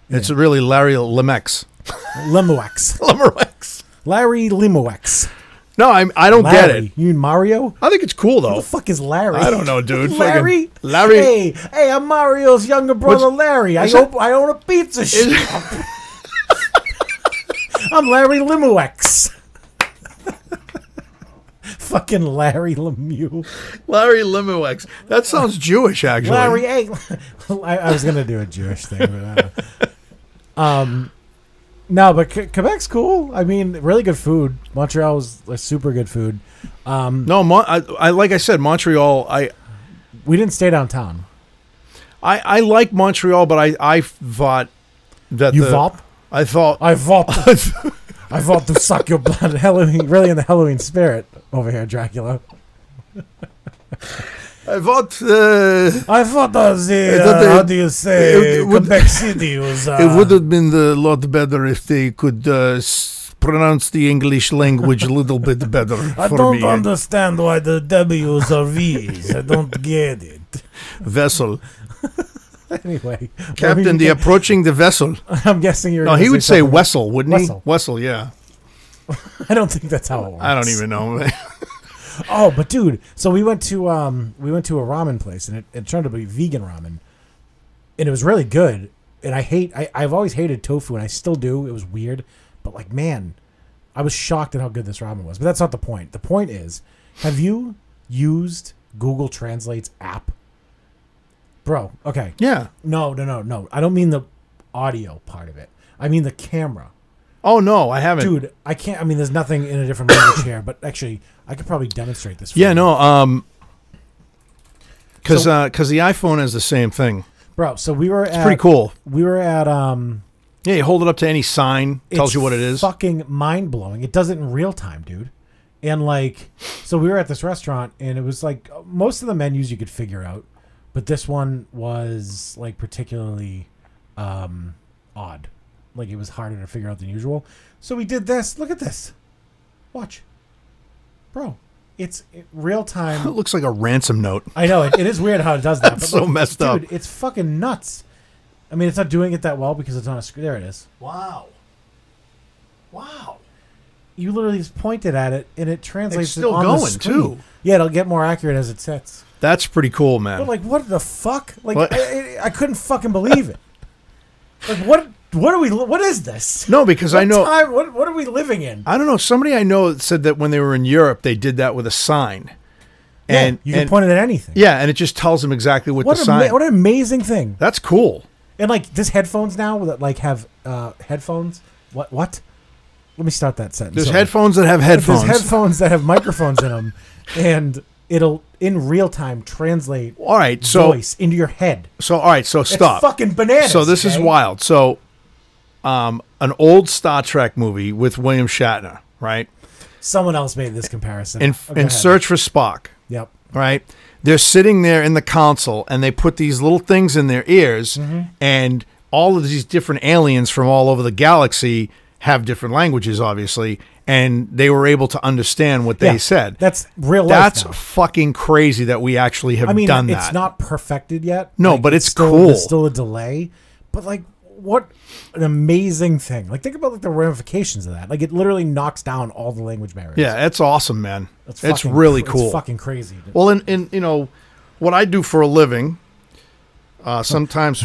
It's really Larry Lemex. Lemuex, Lemex. Larry Lemuex." No, I'm, I don't Larry, get it. You mean Mario? I think it's cool though. Who the fuck is Larry? I don't know, dude. Fucking- Larry. Larry- Hey, hey, I'm Mario's younger brother, What's- Larry. I is it- own, I own a pizza shop. I'm Larry Limuex. Fucking Larry Lemieux. Larry Lemex. That sounds Jewish, actually. Larry, hey, I, I was gonna do a Jewish thing, but uh, um, no, but Q- Quebec's cool. I mean, really good food. Montreal was like, super good food. Um, No, Mon- I, I like I said, Montreal. I, we didn't stay downtown. I, I like Montreal, but I, I thought that You the, vop? I thought I vop. I want to suck your blood. Halloween, really in the Halloween spirit over here, Dracula. I thought uh, I thought that the, I thought uh, they- how do you say, it- it would- Quebec City was. Uh, it would have been a lot better if they could uh, s- pronounce the English language a little bit better uh, I for don't me. understand why the W's are V's. I don't get it. Vessel, Anyway, Captain, the approaching the vessel. I'm guessing you're. No, gonna he would say something- Wessel, wouldn't he? Wessel. Wessel, yeah. I don't think that's how it works. I don't even know. Oh, but dude, so we went to um we went to a ramen place and it, it turned out to be vegan ramen. And it was really good. And I hate I, I've always hated tofu and I still do. It was weird. But like man, I was shocked at how good this ramen was. But that's not the point. The point is, have you used Google Translate's app? Bro, okay. yeah. No, no, no, no. I don't mean the audio part of it. I mean the camera. Oh no, I haven't. Dude, I can't I mean there's nothing in a different language here, but actually I could probably demonstrate this for Yeah, you. no. Um, because So- because the iPhone has the same thing. bro. So we were at Pretty cool. We were at um. Yeah, you hold it up to any sign, tells it's you what it is. Fucking mind blowing. It does it in real time, dude. And like, so we were at this restaurant, and it was like most of the menus you could figure out, but this one was like particularly um odd. Like it was harder to figure out than usual. So we did this. Look at this. Watch, bro. It's real It time. looks like a ransom note. I know it, it is weird how it does that. That's but so messed dude, up. It's fucking nuts. I mean, it's not doing it that well because it's on a screen. There it is. Wow. Wow. You literally just pointed at it and it translates. It's still it on the going, screen. too. Yeah, it'll get more accurate as it sets. That's pretty cool, man. But like, what the fuck? Like, What? I, I, I couldn't fucking believe it. like, what? What are we? What is this? no, because What I know Time, what What are we living in? I don't know. Somebody I know said that when they were in Europe, they did that with a sign, and yeah, you can and- point it at anything. yeah, and it just tells them exactly what, What, the an sign. ama- what an amazing thing. That's cool. And like, this headphones now that like have uh, headphones. What? What? Let me start that sentence. There's over. headphones that have headphones. There's headphones that have microphones in them, and it'll in real time translate all right, so voice into your head. so all right, so stop. It's fucking bananas. so this is okay? wild. So, um, an old Star Trek movie with William Shatner, right? someone else made this comparison. In Oh, go in ahead. Search for Spock, Yep. right? They're sitting there in the console and they put these little things in their ears, Mm-hmm. and all of these different aliens from all over the galaxy have different languages, obviously, and they were able to understand what they Yeah, said. that's real. life That's now. fucking crazy that we actually have I mean, done it's that. not perfected yet. No, but it's still, cool. There's still a delay, but like, what an amazing thing! Like think about like the ramifications of that. Like it literally knocks down all the language barriers. Yeah, that's awesome, man. That's it's fucking really cr- cool. It's fucking crazy. well, and, and you know what I do for a living. Uh, sometimes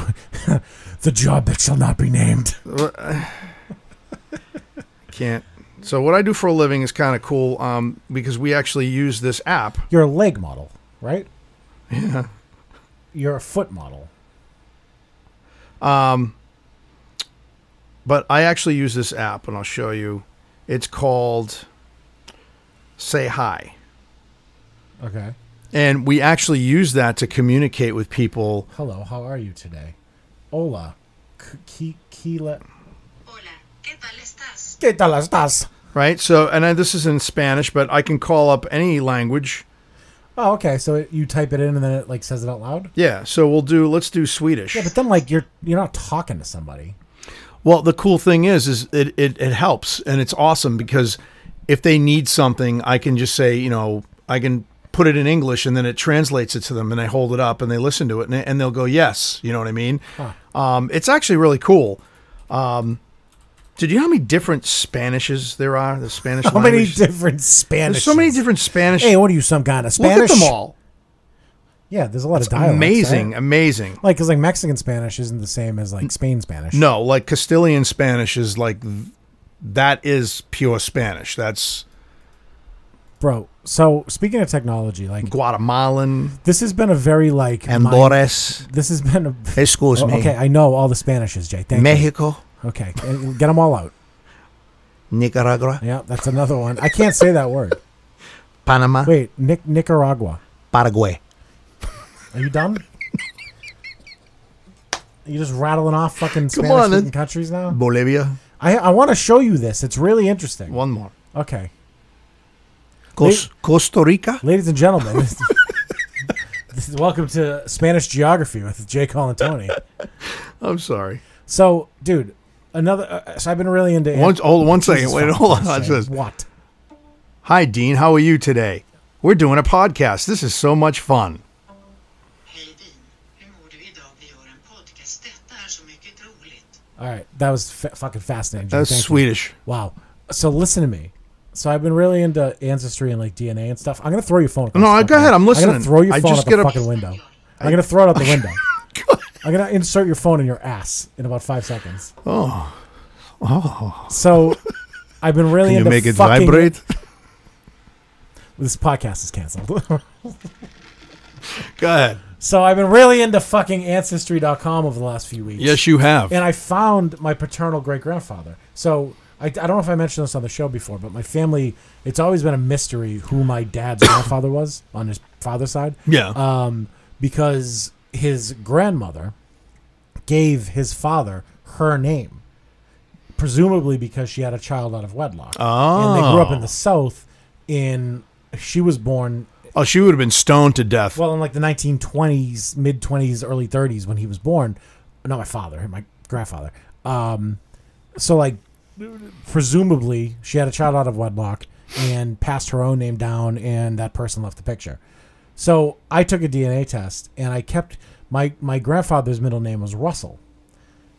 The job that shall not be named. can't. So what I do for a living is kind of cool um, because we actually use this app. You're a leg model, right? Yeah. You're a foot model. but I actually use this app, and I'll show you. It's called Say Hi, Okay. and we actually use that to communicate with people. Hello. How are you today? Hola. K- ki- kila- Hola, ¿qué tal estás? ¿Qué tal estás? Right. So, and I, this is in Spanish, but I can call up any language. Oh, okay. So it, you type it in and then it like says it out loud. Yeah. So we'll do. Let's do Swedish. Yeah, but then like you're you're not talking to somebody. Well, the cool thing is, is it, it, it helps and it's awesome because if they need something, I can just say, you know, I can put it in English and then it translates it to them and they hold it up and they listen to it and, they- and they'll go, yes. You know what I mean? Um, it's actually really cool. Um, did you know how many different Spanishes there are? The Spanish How many language? different Spanish? There's so many different Spanish. Hey, what are you? Some kind of Look Spanish? at them all. Yeah, there's a lot of dialects. amazing, right? amazing. Like, because like Mexican Spanish isn't the same as like Spain Spanish. No, like Castilian Spanish is like, th- that is pure Spanish. That's bro. So speaking of technology, like Guatemalan. this has been a very like mind- Andorres. This has been a. Excuse Oh, me. okay, I know all the Spanishes, Jay. Thank Mexico. you. Okay, and get them all out. Nicaragua. Yeah, that's another one. I can't say that word. Panama. Wait, Nic- Nicaragua. Paraguay. Are you done? Are you just rattling off fucking on, Spanish then. speaking countries now? Bolivia. I I want to show you this. It's really interesting. One more. Okay, Cos- Costa Rica. ladies and gentlemen, this, this is welcome to Spanish geography with Jay Cole and Tony. I'm sorry. So, dude, another. Uh, so I've been really into. One, hold on one second. Jesus Wait, fucking hold on. Christ, Watch Jay. this. What? Hi, Dean. How are you today? We're doing a podcast. This is so much fun. Hej Dean, hur mår du idag? Vi gör en podcast. Detta är så mycket roligt. All right, that was fa- fucking fascinating. Jay. That's Thank you. Swedish. Wow. So listen to me. So I've been really into ancestry and like DNA and stuff. I'm gonna throw your phone. No, go ahead. I'm I'm listening. gonna throw your I phone just out get the a- fucking window. I'm gonna throw it out the window. I'm gonna insert your phone in your ass in about five seconds. Oh. Oh. So I've been really Can you into make it fucking- vibrate? This podcast is canceled. Go ahead. so I've been really into fucking ancestry.com over the last few weeks. Yes, you have. and I found my paternal great grandfather. So I, I don't know if I mentioned this on the show before, but my family, it's always been a mystery who my dad's grandfather was on his father's side Um, yeah. Uh, because his grandmother gave his father her name, presumably because she had a child out of wedlock. Oh. And they grew up in the South in, she was born oh, she would have been stoned to death. well in like the 1920s mid 20s early 30s when he was born not my father my grandfather um so like presumably she had a child out of wedlock and passed her own name down and that person left the picture so i took a dna test and i kept my my grandfather's middle name was russell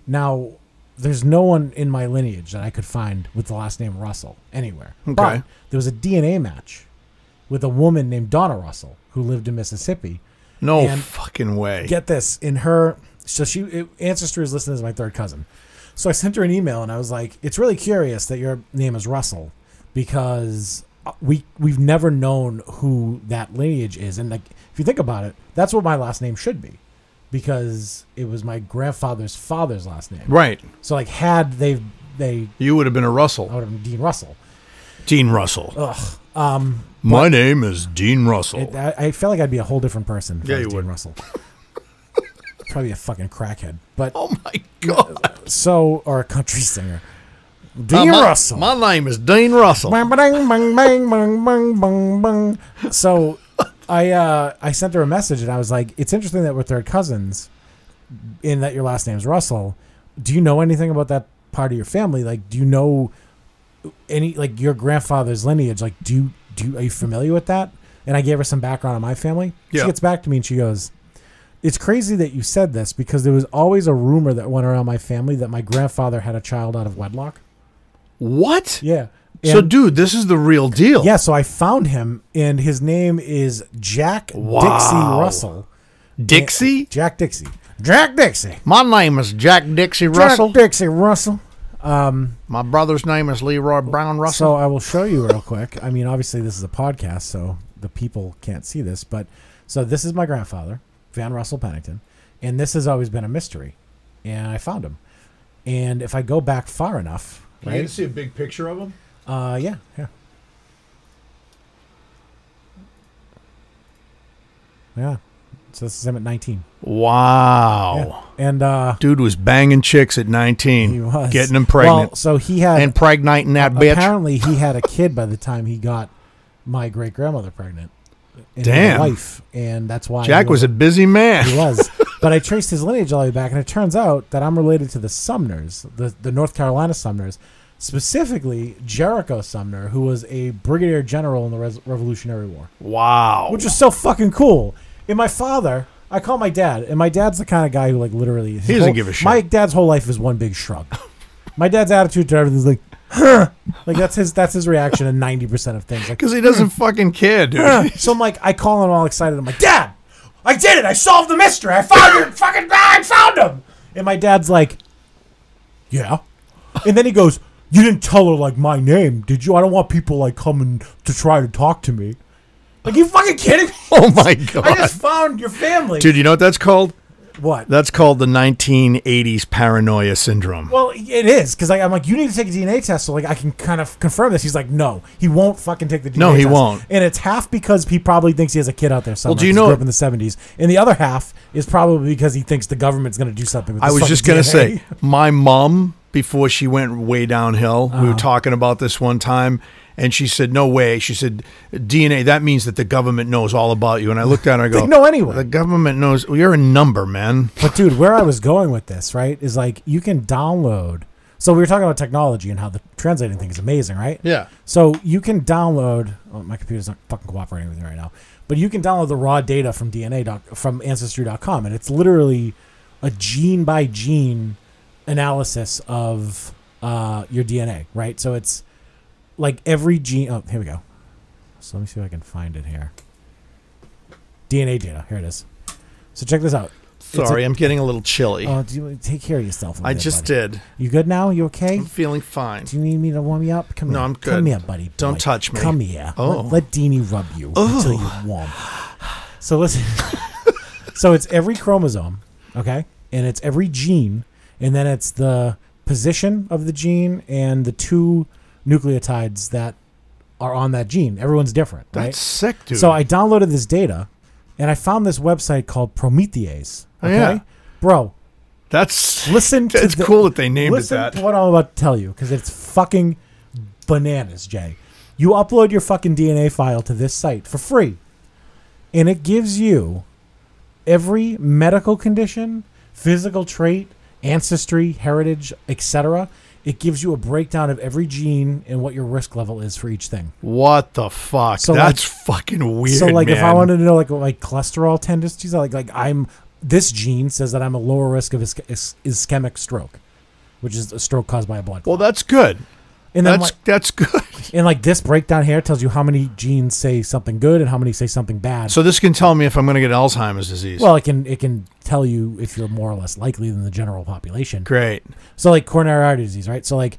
now there's no one in my lineage that i could find with the last name russell anywhere but Okay. there was a dna match with a woman named Donna Russell who lived in Mississippi. no and- fucking way. Get this in her so she it, ancestry is listed as my third cousin. So I sent her an email and I was like, "It's really curious that your name is Russell because uh, we we've never known who that lineage is and like if you think about it, that's what my last name should be because it was my grandfather's father's last name. right. So like had they they You would have been a I Russell. would have been Dean Russell. Dean Russell. Ugh. Um, My name is Dean Russell. It, I, I feel like I'd be a whole different person. If I Yeah, was you Dean would. Russell. Probably a fucking crackhead, but oh my god. so or a country singer. Uh, Dean my, Russell. My name is Dean Russell. Bang, bang, bang, bang, bang, bang, bang, bang. So I uh, I sent her a message and I was like, "It's interesting that we're third cousins, in that your last name's Russell. Do you know anything about that part of your family? Like, do you know any like your grandfather's lineage? Like, do you do you, are you familiar with that?" And I gave her some background on my family. Yeah. She gets back to me and she goes, it's crazy that you said this because there was always a rumor that went around my family that my grandfather had a child out of wedlock. What? Yeah. So, And- dude, this is the real deal. yeah, so I found him, and his name is Jack Dixie Wow. Russell. Dixie. Jack Dixie. Jack Dixie. My name is Jack Dixie Russell. Jack Dixie Russell. My brother's name is Leroy Brown Russell. So I will show you real quick. I mean, obviously this is a podcast, so the people can't see this, but so this is my grandfather, Van Russell Pennington, and this has always been a mystery, and I found him. And if I go back far enough, You right? see a big picture of him? Uh, yeah, yeah. Yeah. So this is him at 19. wow. And uh Dude was banging chicks at 19. he was Getting them Well, pregnant. so he had and pregnating that bitch. apparently he had a kid by the time he got my great grandmother pregnant. And he had Damn. a wife, and that's why Jack he was a busy he man. was. But I traced his lineage all the way back, and it turns out that I'm related to the Sumners, the the North Carolina Sumners, specifically Jericho Sumner, who was a brigadier general in the Res- Revolutionary War, Wow. which is so fucking cool. And my father. I call my dad, and my dad's the kind of guy who, like, literally, his He doesn't whole- give a shit. My dad's whole life is one big shrug. my dad's attitude to everything is like, huh. like that's his that's his reaction to ninety percent of things. Like, Because he doesn't fucking care, dude. so I'm like, I call him all excited. I'm like, Dad, I did it. I solved the mystery. I found your fucking guy. I found him. And my dad's like, Yeah. And then he goes, You didn't tell her like my name, did you? I don't want people like coming to try to talk to me. Like, you fucking kidding me? oh, my I God. just found your family. Dude, you know what that's called? what? That's called the 1980s paranoia syndrome. Well, it is because I'm like, you need to take a DNA test so like I can kind of confirm this. He's like, no, he won't fucking take the DNA. No, he test." won't. And it's half because he probably thinks he has a kid out there somewhere. do you 'cause he know- grew up in the '70s, and the other half is probably because he thinks the government's going to do something. with I this was fucking just gonna DNA. say, my mom before she went way downhill, Ah. we were talking about this one time, and she said, "No way." She said, "DNA. That means that the government knows all about you." And I looked at her, and I go, They know anyway. The government knows. Well, you're a number, man. But dude, where I was going with this, right, is like you can download. So we were talking about technology and how the translating thing is amazing, right? Yeah. So you can download. Oh, my computer's not fucking cooperating with me right now, but you can download the raw data from DNA doc, from Ancestry.com, and it's literally a gene by gene analysis of uh, your DNA, right? So it's like every gene. Oh, here we go. So let me see if I can find it here. DNA data. Here it is. So check this out. It's a- Sorry, i I'm getting a little chilly. Oh, do you, take care of yourself. I just did. You good now? You okay? I'm feeling fine. Do you need me to warm you up? Come No, here. I'm Come good. here, buddy. Don't boy. touch me. Come here. Oh. Let, let Deanie rub you until you're warm. So listen. so it's every chromosome, okay, and it's every gene, and then it's the position of the gene and the two nucleotides that are on that gene. Everyone's different, That's right? sick, dude. So I downloaded this data, and I found this website called Prometheus. Oh, Okay, yeah. bro. That's Listen to It's the- cool that they named it listen that. to what I'm about to tell you because it's fucking bananas, Jay. You upload your fucking DNA file to this site for free, and it gives you every medical condition, physical trait, ancestry, heritage, etc. It gives you a breakdown of every gene and what your risk level is for each thing. what the fuck? So, That's fucking weird. So like if I man. wanted to know like what my cholesterol tendencies, like like I'm this gene says that I'm a lower risk of isch- is- ischemic stroke, which is a stroke caused by a blood clot. well, that's good. and then That's like, that's good. and like this breakdown here tells you how many genes say something good and how many say something bad. So this can tell me if I'm gonna get Alzheimer's disease. well, it can it can tell you if you're more or less likely than the general population. great. So like coronary artery disease, right? So like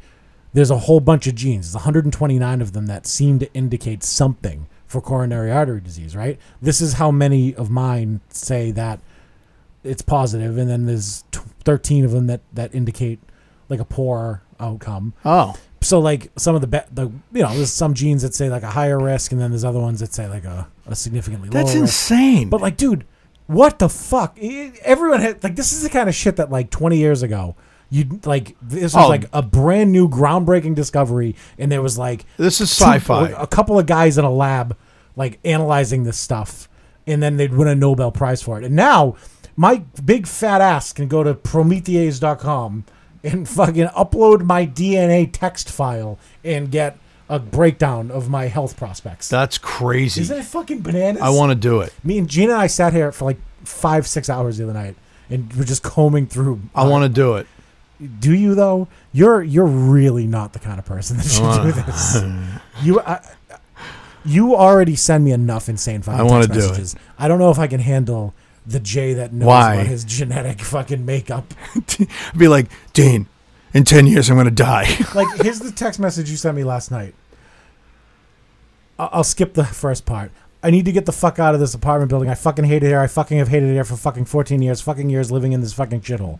there's a whole bunch of genes. There's 129 of them that seem to indicate something for coronary artery disease, right? This is how many of mine say that it's positive, and then there's t- 13 of them that that indicate like a poor outcome. Oh, So like some of the be- the you know there's some genes that say like a higher risk, and then there's other ones that say like a, a significantly that's lower risk. insane. But like, dude, what the fuck? I- Everyone had like this is the kind of shit that like 20 years ago. You like this was Oh. like a brand new groundbreaking discovery, and there was like This is two- sci-fi. a couple of guys in a lab like analyzing this stuff, and then they'd win a Nobel Prize for it. And now my big fat ass can go to Prometheus.com and fucking upload my DNA text file and get a breakdown of my health prospects. That's crazy. Isn't it fucking bananas? I want to do it. me and Gina and I sat here for like five six hours the other night and we're just combing through. I want to do it. Do you though? You're you're really not the kind of person that should do this. You I, you already send me enough insane fucking I wanna text do it. messages. I don't know if I can handle the Jay that knows Why? about his genetic fucking makeup. Be like, Dean, in 10 years, I'm going to die. Like here's the text message you sent me last night. I- I'll skip the first part. I need to get the fuck out of this apartment building. I fucking hate it here. I fucking have hated it here for fucking 14 years. Fucking years living in this fucking shithole.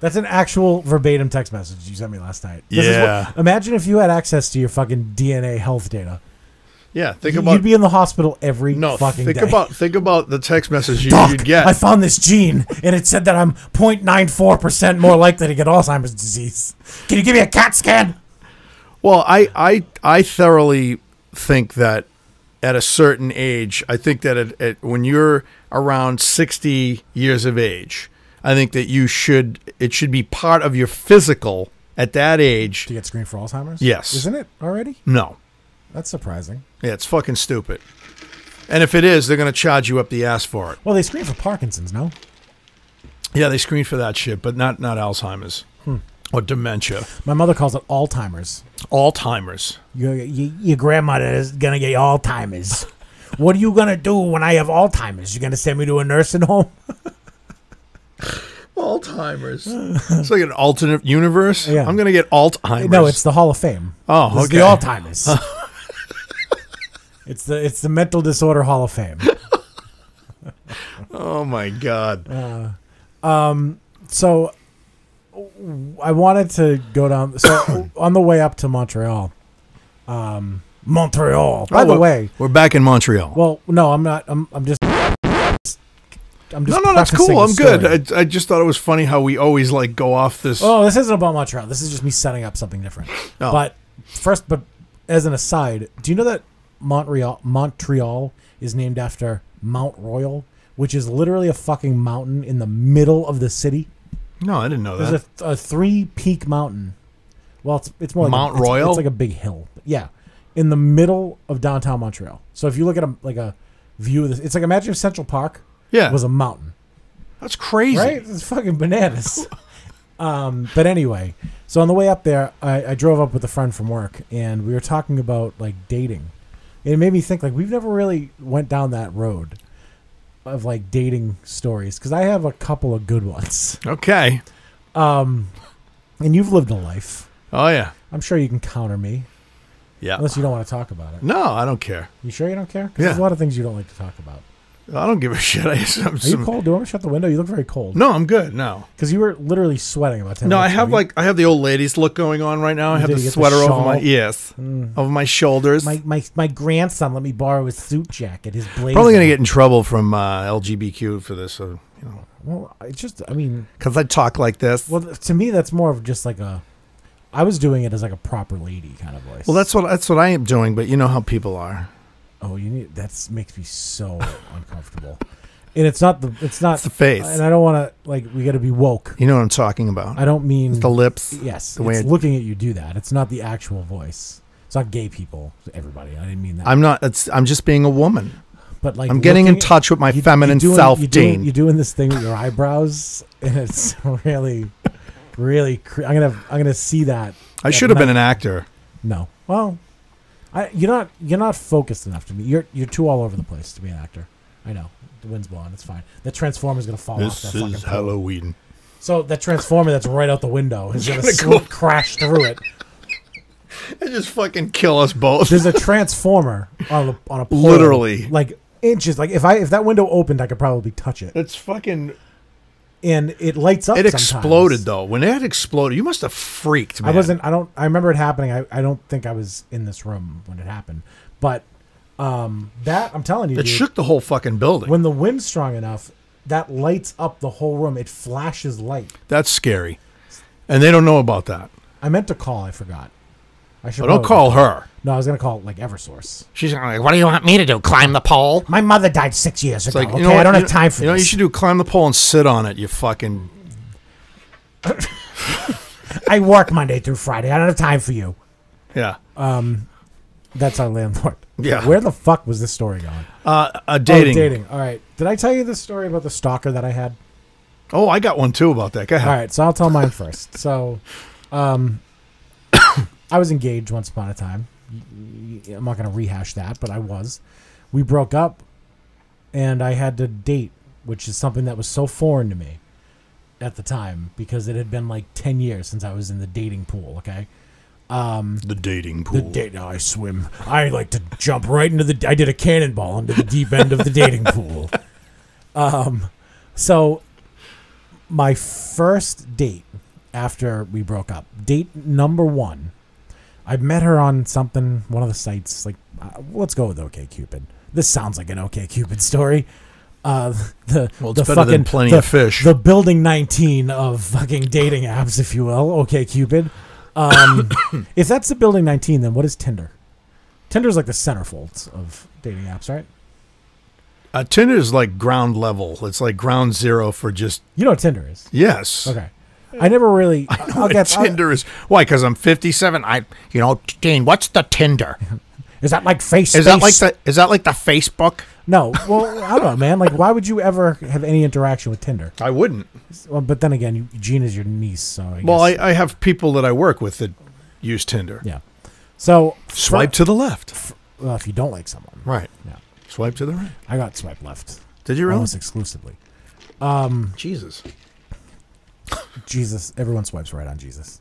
That's an actual verbatim text message you sent me last night. is what- Yeah. imagine if you had access to your fucking DNA health data. yeah, think You- about You'd be in the hospital every no. fucking Think day. about think about the text message you, Doc, would get. I found this gene, and it said that I'm 0.94% more likely to get Alzheimer's disease. Can you give me a CAT scan? Well, I, I I thoroughly think that at a certain age, I think that at, at, when you're around 60 years of age, I think that you should it should be part of your physical at that age. To get screened for Alzheimer's? Yes. Isn't it already? No. That's surprising. Yeah, it's fucking stupid. And if it is, they're going to charge you up the ass for it. Well, they screen for Parkinson's, no? Yeah, they screen for that shit, but not not Alzheimer's Hmm. or dementia. My mother calls it Alzheimer's. Alzheimer's. Your, your, your grandmother is going to get Alzheimer's. what are you going to do when I have Alzheimer's? You're going to send me to a nursing home? Alzheimer's. it's like an alternate universe. Yeah. I'm going to get Alzheimer's. No, it's the Hall of Fame. Oh, This is okay. the Alzheimer's. it's the it's the mental disorder Hall of Fame. Oh my god. So w- I wanted to go down. So on the way up to Montreal, um, Montreal. By Oh, the we're- way, we're back in Montreal. well, no, I'm not. I'm, I'm just. I'm no, just no, that's prefacing cool. the I'm story. good. I, I just thought it was funny how we always like go off this. Oh, this isn't about Montreal. This is just me setting up something different. Oh. But first, but as an aside, do you know that Montreal Montreal is named after Mount Royal, which is literally a fucking mountain in the middle of the city? No, I didn't know that. There's a, a three peak mountain. Well, it's it's more like Mount a, it's- Royal? It's, like a big hill. Yeah, in the middle of downtown Montreal. So if you look at a like a view of this, it's like imagine if Central Park yeah, was a mountain. that's crazy. Right? It's fucking bananas. um, but anyway, so on the way up there, I, I drove up with a friend from work, and we were talking about like dating. And it made me think like we've never really went down that road of like dating stories because I have a couple of good ones, Okay. and you've lived a life. Oh yeah, I'm sure you can counter me yeah. unless you don't want to talk about it. no, I don't care. You sure you don't care? 'Cause Yeah. there's a lot of things you don't like to talk about. I don't give a shit. I just, I'm Are some- you cold? Do I want to shut the window? You look very cold. No, I'm good. No, Because you were literally sweating about 10 no. I minutes ago. have You- like I have the old ladies look going on right now. I have did the you get the sweater over my shawl? Hmm. yes, over my shoulders. My, my my grandson let me borrow his suit jacket, his blazer. Probably gonna get in trouble from uh, LGBTQ for this, so, you know, Well, it's just I mean, because I talk like this. Well, well, to me that's more of just like a. I was doing it as like a proper lady kind of voice. that's what that's what I am doing. But you know how people are. oh, you need that makes me so uncomfortable, and it's not the it's not It's the face. and I don't want to like we got to be woke. You know what I'm talking about. I don't mean the lips. Yes, the way it's it- looking at you do that. It's not the actual voice. It's not gay people. it's Everybody, I didn't mean that. I'm not. It's, I'm just being a woman. but like, I'm getting in looking at- touch with my feminine you're doing- self, you're doing- Dean. You're doing this thing with your eyebrows, and it's really, really. Cre- I'm gonna, I'm gonna see that. I at should have been night. an actor. No, well, I, you're not, you're not focused enough to me. You're, you're too all over the place to be an actor. I know. The wind's blowing. It's fine. That transformer's gonna fall off. That Oh, fucking pole. Halloween. So that transformer that's right out the window is gonna, gonna sl- go- crash through it. And just fucking kill us both. There's a transformer on a, on a pole, Literally. like inches. Like if I if that window opened, I could probably touch it, It's fucking. and it lights up. It sometimes. exploded though. When it exploded, you must have freaked. Man. I wasn't. I don't. I remember it happening. I, I don't think I was in this room when it happened. But um, that I'm telling you, It dude, shook the whole fucking building. when the wind's strong enough, that lights up the whole room. It flashes light. That's scary. And they don't know about that. I meant to call. I forgot. I should. But don't probably- call her. No, I was gonna call like EverSource. She's like, What do you want me to do? Climb the pole? My mother died six years ago. like okay, you know what? I don't You have know- time for You know, what this. you should do climb the pole and sit on it. You fucking. I work Monday through Friday. I don't have time for you. Yeah. That's our landlord. Yeah. Where the fuck was this story going? Uh, uh, Oh, dating. dating. All right. Did I tell you the story about the stalker that I had? Oh, I got one too about that. Go ahead. All right, so I'll tell mine first. So, um, I was engaged once upon a time. Y- y- I'm not going to rehash that, but I was. We broke up, and I had to date, which is something that was so foreign to me at the time because it had been like 10 years since I was in the dating pool, okay? The dating The pool. date. No, I swim. I like to jump right into the. I did a cannonball into the deep end of the dating pool. Um, so my first date after we broke up, date number one, I met her on something, one of the sites. Like, uh, let's go with OK Cupid. This sounds like an OK Cupid story. Uh, the Well, it's the better fucking than Plenty the, of Fish. The building nineteen of fucking dating apps, if you will. OK Cupid. Um, if that's the building 19, then what is Tinder? Tinder's like the centerfold of dating apps, right? Uh, Tinder is like ground level. It's like ground zero for just You know what Tinder is. yes. Okay. I never really. I Know what Tinder is why? Because I'm 57. I, you know, Dean, what's the Tinder? is that like face? Is that like space? the? Is that like the Facebook? No. Well, I don't know, man. Like, why would you ever have any interaction with Tinder? I wouldn't. Well, but then again, you- Gene is your niece, so I Well, I, guess- I have people that I work with that use Tinder. yeah. So Swipe to the left. well, if you don't like someone, Right. Yeah. Swipe to the right. I got swipe left Did you really? almost exclusively. Jesus. Jesus, everyone swipes right on Jesus.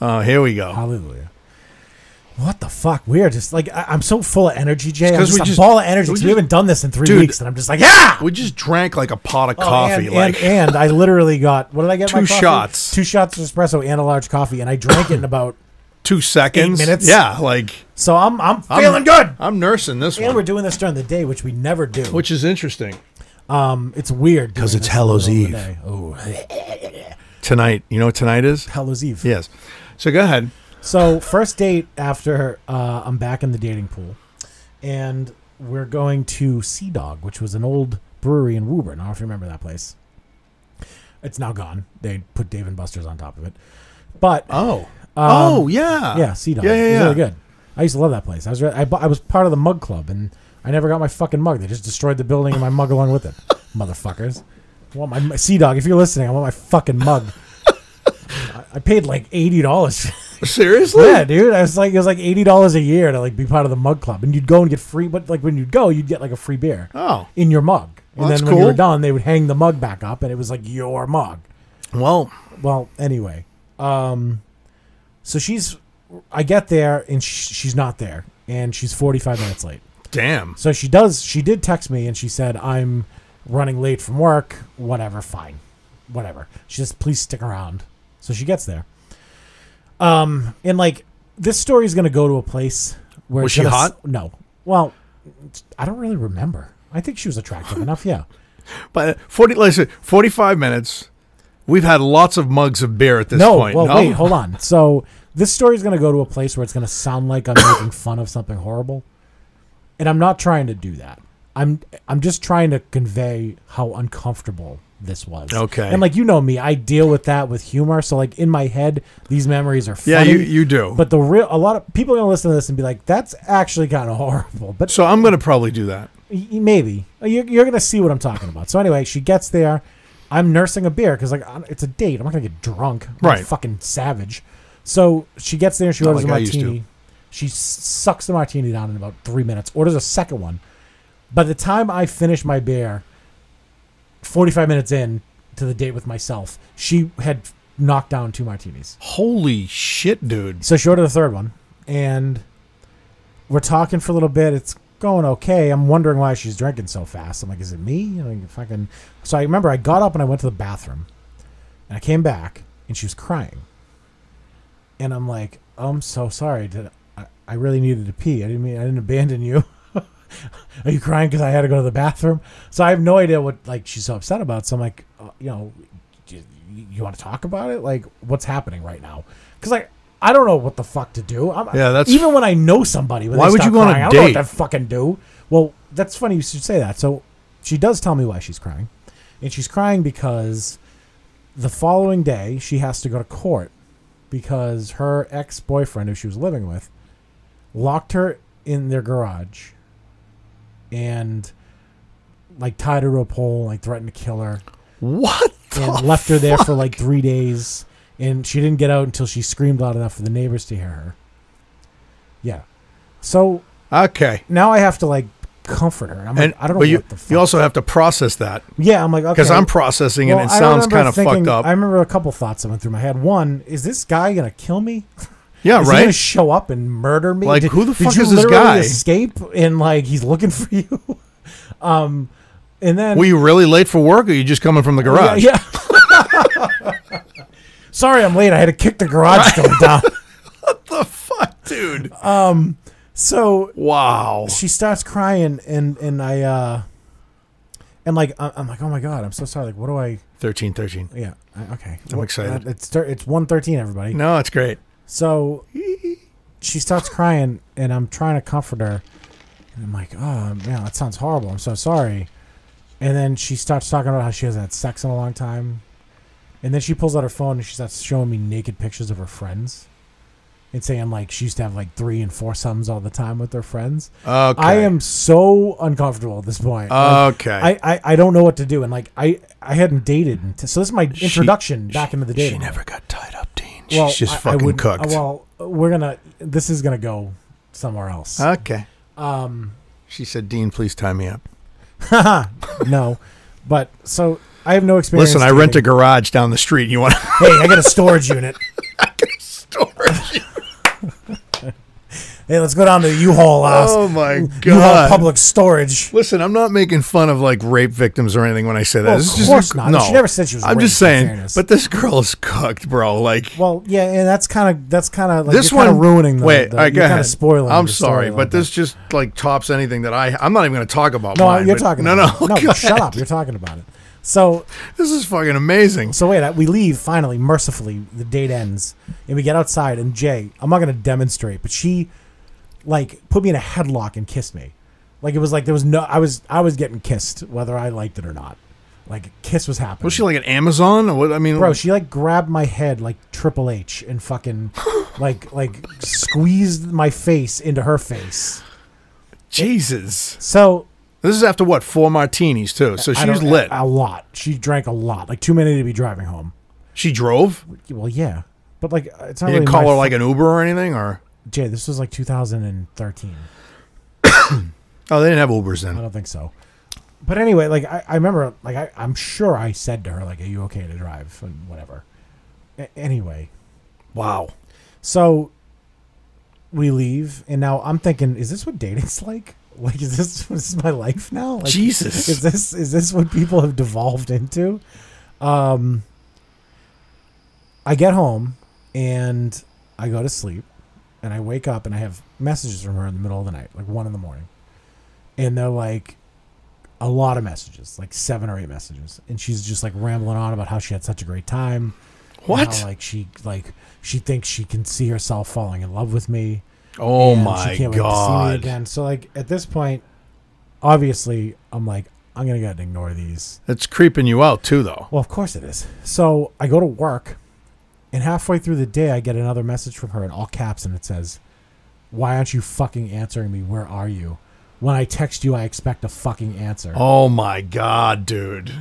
Uh, here we go. Hallelujah. What the fuck? We are just like I, I'm so full of energy, Jay. I'm 'cause just we a just- ball of energy. we 'cause We, just- haven't done this in three Dude. weeks, and I'm just like, yeah. We just drank like a pot of Oh, coffee. and, like and, and I literally got what did I get? my Two coffee? shots. two shots of espresso, and a large coffee, and I drank it in about. two seconds. minutes? Yeah. Like So I'm I'm I'm- feeling good. I'm nursing this And we're one, doing this during the day, which we never do. which is interesting. um, it's weird 'Cause doing it's this in the middle Hallows of the Eve. day. Oh, Tonight, you know what tonight is? Hallows Eve. Yes. So go ahead. So first date after uh, I'm back in the dating pool, and we're going to Sea Dog, which was an old brewery in Woburn. I don't know if you remember that place. It's now gone. They put Dave and Buster's on top of it, but Oh. oh yeah. Um, yeah, Sea Dog. Yeah, yeah, It was yeah. really good. I used to love that place. I was re- I, bu- I was part of the mug club, and I never got my fucking mug. They just destroyed the building and my mug along with it, motherfuckers. I want my- my Sea Dog? If you're listening, I want my fucking mug. I, I paid like eighty dollars. Seriously? Yeah, dude. I was like, it was like eighty dollars a year to like be part of the mug club, and you'd go and get free. But like when you'd go, you'd get like a free beer Oh. in your mug, and Well, then that's when you were cool. done, they would hang the mug back up, and it was like your mug. Well, Well, anyway, um, so she's, I get there and sh- she's not there, and she's forty five minutes late. damn. So she does. She did text me, and she said, "I'm running late from work. Whatever, fine, whatever." She just please stick around. So she gets there. Um, and like this story is gonna go to a place where Was it's she gonna s- hot? no. Well, I don't really remember. I think she was attractive enough. Yeah. But uh, 40 like I said, 45 minutes. We've had lots of mugs of beer at this no. point. Well, wait, hold on. So this story is gonna go to a place where it's gonna sound like I'm making fun of something horrible, and I'm not trying to do that. I'm I'm just trying to convey how uncomfortable this was. Okay. And like you know me, I deal with that with humor. So like in my head, these memories are funny. Yeah, you- you do. But the real a lot of people are gonna listen to this and be like, that's actually kind of horrible. But So I'm going to probably do that. Y- y- maybe Uh, you're, you're gonna see what i'm talking about so anyway she gets there i'm nursing a beer because like I'm- it's a date i'm not gonna get drunk I'm not Right. fucking savage so she gets there and she Not orders like I a used to. martini she s- sucks the martini down in about three minutes orders a second one by the time i finish my beer 45 minutes in to the date with myself she had knocked down two martinis Holy shit, dude. so she ordered the third one, and we're talking for a little bit. It's going okay. I'm wondering why she's drinking so fast. I'm like, is it me? I mean, fucking. So I remember I got up and I went to the bathroom, and I came back and she was crying. And I'm like, I'm so sorry. Did I, I really needed to pee? I didn't mean I didn't abandon you. Are you crying because I had to go to the bathroom? So I have no idea what like she's so upset about. So I'm like, uh, you know, do you, you want to talk about it? Like, what's happening right now? Because like I don't know what the fuck to do. I'm, Yeah, that's- even when I know somebody. When Why they would start you go on a crying, I don't know what date? to fucking do. Well, that's funny you should say that. So she does tell me why she's crying, and she's crying because the following day she has to go to court because her ex boyfriend, who she was living with, locked her in their garage and like tied her to a pole, like threatened to kill her, What? The and left her there for like three days. And she didn't get out until she screamed loud enough for the neighbors to hear her. Yeah. So Okay. now I have to like comfort her. I'm like, And I don't know but what you, the fuck. you also have to process that yeah, I'm like, okay. because I'm processing it. Well, and It I sounds remember kind of fucked thinking- up. I remember a couple thoughts that went through my head. One, is this guy gonna kill me? yeah, Is he right. gonna show up and murder me? Like, who the fuck you is this literally guy? Escape and like he's looking for you. um, and then Were you really late for work, or you just coming from the garage? Oh, yeah. yeah. Sorry, I'm late. I had to kick the garage door down. The fuck, dude. So Wow. she starts crying, and and I uh, and like I- I'm like, oh my god, I'm so sorry. Like, what do I? Thirteen, thirteen. Yeah, I, okay. I'm What- excited. uh, it's thir- it's one thirteen. Everybody. No, it's great. So she starts crying, and I'm trying to comfort her. And I'm like, oh, man, that sounds horrible. I'm so sorry. And then she starts talking about how she hasn't had sex in a long time. And then she pulls out her phone and she starts showing me naked pictures of her friends and saying, like, she used to have like three and four sums all the time with her friends. Okay. Uh, I am so uncomfortable at this point. Like, Okay. Uh, I, I, I don't know what to do. And like, I, I hadn't dated. Until, so this is my introduction back into the day. dating. Mm-hmm. She world never got tied up, Dean. She's just I- I fucking wouldn't- Uh, cooked. Well, we're gonna. This is gonna go somewhere else. okay. Um. She said, "Dean, please tie me up." no, but so I have no experience. Listen, I rent a dating. garage down the street. You want Hey, I got a storage unit. storage? Hey, let's go down to the U-Haul house. Oh my U-Haul god! public storage. Listen, I'm not making fun of like rape victims or anything when I say that. Well, of This is course just, not. No, She never said she was I'm just raped, in saying. fairness. But this girl is cooked, bro. Like Well, yeah, and that's kind of that's kind of like this you're kinda one ruining. The, wait, the, all right, go you're kinda ahead. spoiling. I'm the story sorry, a but little this bit. just like tops anything that I. I'm not even going to talk about. No, mine, you're but- talking. No, about no, it. go no. Shut ahead. up. You're talking about it. So This is fucking amazing. So wait, uh, we leave finally, mercifully, the date ends, and we get outside. And Jay, I'm not gonna demonstrate, but she, like, put me in a headlock and kissed me. Like it was like there was no, I was I was getting kissed whether I liked it or not. Like a kiss was happening. Was she like an Amazon or what? I mean, Bro, she like grabbed my head like Triple H and fucking, like like squeezed my face into her face. Jesus. So This is after what? Four martinis too. So I she was don't- lit. a lot. She drank a lot, like too many to be driving home. she drove. Well, yeah, but like uh, it's not You really didn't my call her fault. like an Uber or anything, or Jay, this was like 2013. oh, they didn't have Ubers then. I don't think so. But anyway, like I, I remember, like I, I'm sure I said to her, like, "Are you okay to drive?" and whatever. A- anyway, wow. so we leave, and now I'm thinking, is this what dating's like? Like, is this this is my life now? Like, Jesus. is this is this what people have devolved into? Um, I get home and I go to sleep, and I wake up and I have messages from her in the middle of the night, like one in the morning, and they're like a lot of messages, like seven or eight messages, and she's just like rambling on about how she had such a great time. and What? how, like she like she thinks she can see herself falling in love with me. oh and my she can't Wait to see me god. again. So like at this point, obviously, I'm like, I'm gonna go ahead and ignore these. It's creeping you out too, though. Well, of course it is. So I go to work, and halfway through the day, I get another message from her in all caps, and it says, "Why aren't you fucking answering me? Where are you? When I text you, I expect a fucking answer." Oh my god, dude.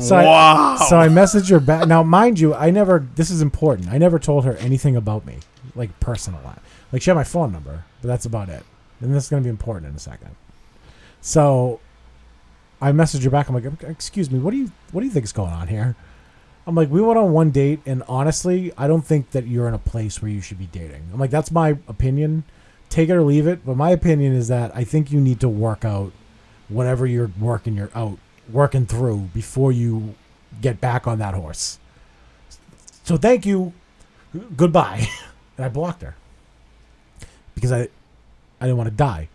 So wow. I, so I message her back. Now, mind you, I never. This is important. I never told her anything about me, like personal. li- Like she had my phone number, but that's about it. And this is gonna be important in a second. So, I message her back. I'm like, "Excuse me, what do you what do you think is going on here?" I'm like, "We went on one date, and honestly, I don't think that you're in a place where you should be dating." I'm like, "That's my opinion. Take it or leave it, but my opinion is that I think you need to work out whatever you're working you're out working through before you get back on that horse so thank you goodbye and i blocked her because i i didn't want to die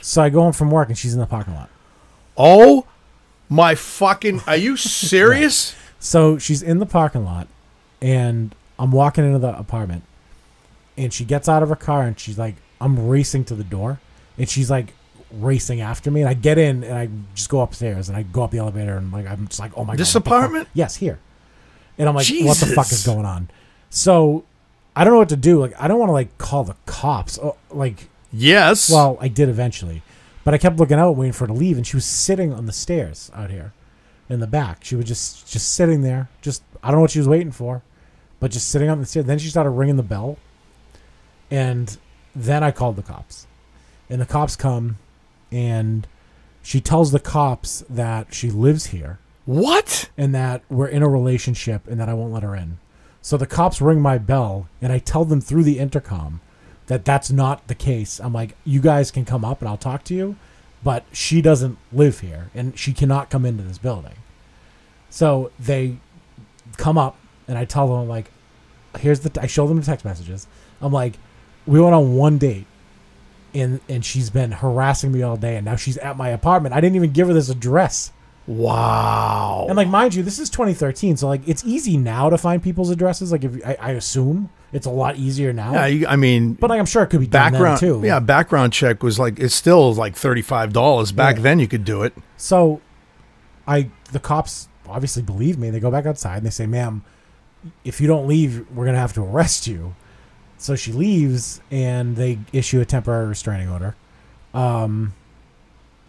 so i go home from work and she's in the parking lot oh my fucking. Are you serious? so she's in the parking lot and i'm walking into the apartment and she gets out of her car and she's like i'm racing to the door and she's like racing after me and i get in and i just go upstairs and i go up the elevator and like i'm just like oh my This god what the fuck? apartment? yes here and i'm like what the fuck is Jesus. going on so i don't know what to do like i don't want to like call the cops oh, like Yes. Well, I did eventually, but I kept looking out, waiting for her to leave, and she was sitting on the stairs out here, in the back. She was just just sitting there. Just I don't know what she was waiting for, but just sitting on the stairs. Then she started ringing the bell, and then I called the cops, and the cops come, and she tells the cops that she lives here what? and that we're in a relationship and that I won't let her in. So the cops ring my bell and I tell them through the intercom that that's not the case. I'm like, you guys can come up and I'll talk to you, but she doesn't live here and she cannot come into this building. So they come up and I tell them, I'm like, here's the, t- I show them the text messages. I'm like, we went on one date and, and she's been harassing me all day and now she's at my apartment. I didn't even give her this address. Wow. And like, mind you, this is 2013, so like, it's easy now to find people's addresses. Like, if you- I, I assume it's a lot easier now. yeah, you, I mean, but like, I'm sure it could be done then, background. too. Yeah, background check was like it's still like thirty five dollars. Back Yeah. then, you could do it. So, I the cops obviously believe me. They go back outside and they say, "Ma'am, if you don't leave, we're gonna have to arrest you." So she leaves, and they issue a temporary restraining order. Um,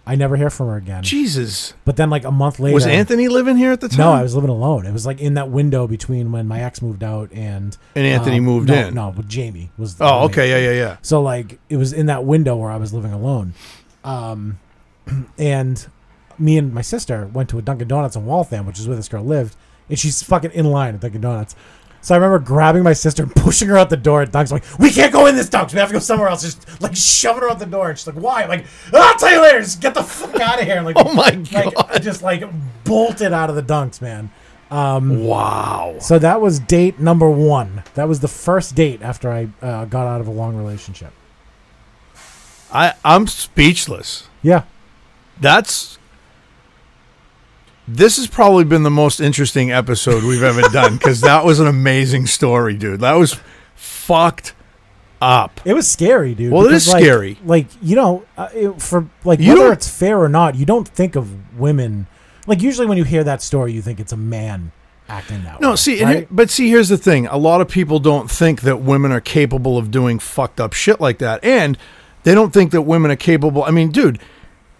I never hear from her again. Jesus. but then, like a month later, Was Anthony living here at the time? No, I was living alone. It was like in that window between when my ex moved out and um, And Anthony moved no, in. No, but Jamie was. the Oh, roommate. okay. Yeah, yeah, yeah. So like it was in that window where I was living alone, um, and me and my sister went to a Dunkin' Donuts in Waltham, which is where this girl lived, and she's fucking in line at Dunkin' Donuts. So I remember grabbing my sister and pushing her out the door at Dunks. like, we can't go in this Dunks. We have to go somewhere else. Just like shoving her out the door. And she's like, why? I'm like, I'll tell you later. Just get the fuck out of here. Like, Oh my Like, I God. just like bolted out of the Dunks, man. Wow. So that was date number one. That was the first date after I uh, got out of a long relationship. I I'm speechless. Yeah. That's. This has probably been the most interesting episode we've ever done because that was an amazing story, dude. That was fucked up. It was scary, dude. Well, it because, is like- scary. Like you know, uh, it, for like You whether don't- it's fair or not, you don't think of women. Like usually, when you hear that story, you think it's a man acting that way. No, see, and right? here- but see, here's the thing: a lot of people don't think that women are capable of doing fucked up shit like that, and they don't think that women are capable. I mean, dude,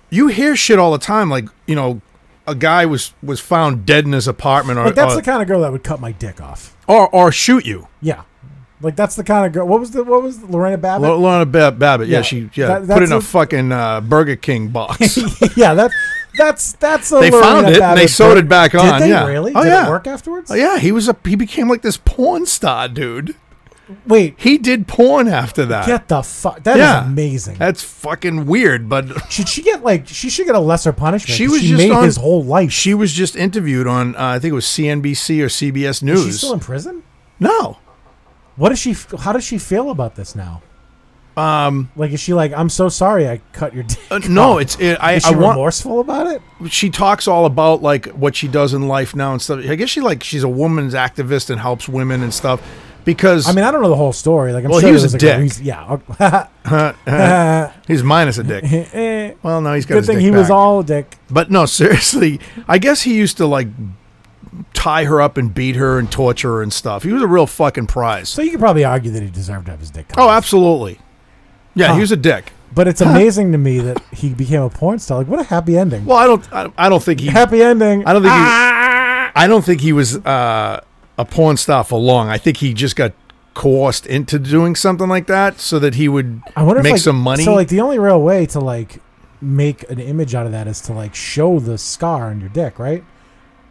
you hear shit all the time, like you know, a guy was was found dead in his apartment, or like that's or, the kind of girl that would cut my dick off. or, or shoot you, Yeah, like that's the kind of girl. What was the what was the, Lorena Babbitt? Lo- Lorna Bab- Babbitt. Yeah, Yeah, she yeah that- put that's in a, a- fucking uh, Burger King box. yeah, that that's that's a They Lorena found it, and they Babbitt sewed it back on, Did they yeah. really? Oh, Did yeah. it work afterwards? oh, yeah, he was a he became like this porn star, dude. Wait, He did porn after that. get the fuck. That is yeah, amazing. That's fucking weird, but. Should she get like she should get a lesser punishment? She 'cause was she just made on- his whole life. She was just interviewed on, uh, I think it was CNBC or CBS News. Is she still in prison? no, What does she? f- How does she feel about this now? Um, like is she like I'm so sorry I cut your dick? Uh, no, it's it, I, Oh. Is I she want. remorseful about it? She talks all about like what she does in life now and stuff. I guess she like she's a woman's activist and helps women and stuff. Because I mean I don't know the whole story. Like I'm Well, sure he there was a like dick. reason- yeah. he's minus a dick. Eh, well, no, he's got Good his thing dick he was back. all dick. But no, seriously, I guess he used to like tie her up and beat her and torture her and stuff. He was a real fucking prize. So you could probably argue that he deserved to have his dick cut. oh, off. absolutely. Yeah, he was a dick. But it's amazing to me that he became a porn star. Like what a happy ending. Well, I don't. I, I don't think he. happy ending. Ah! I don't think he, I don't think he was uh, a porn star for long. I think he just got coerced into doing something like that so that he would I wonder make if, like, some money. So like the only real way to like make an image out of that is to like show the scar on your dick, right?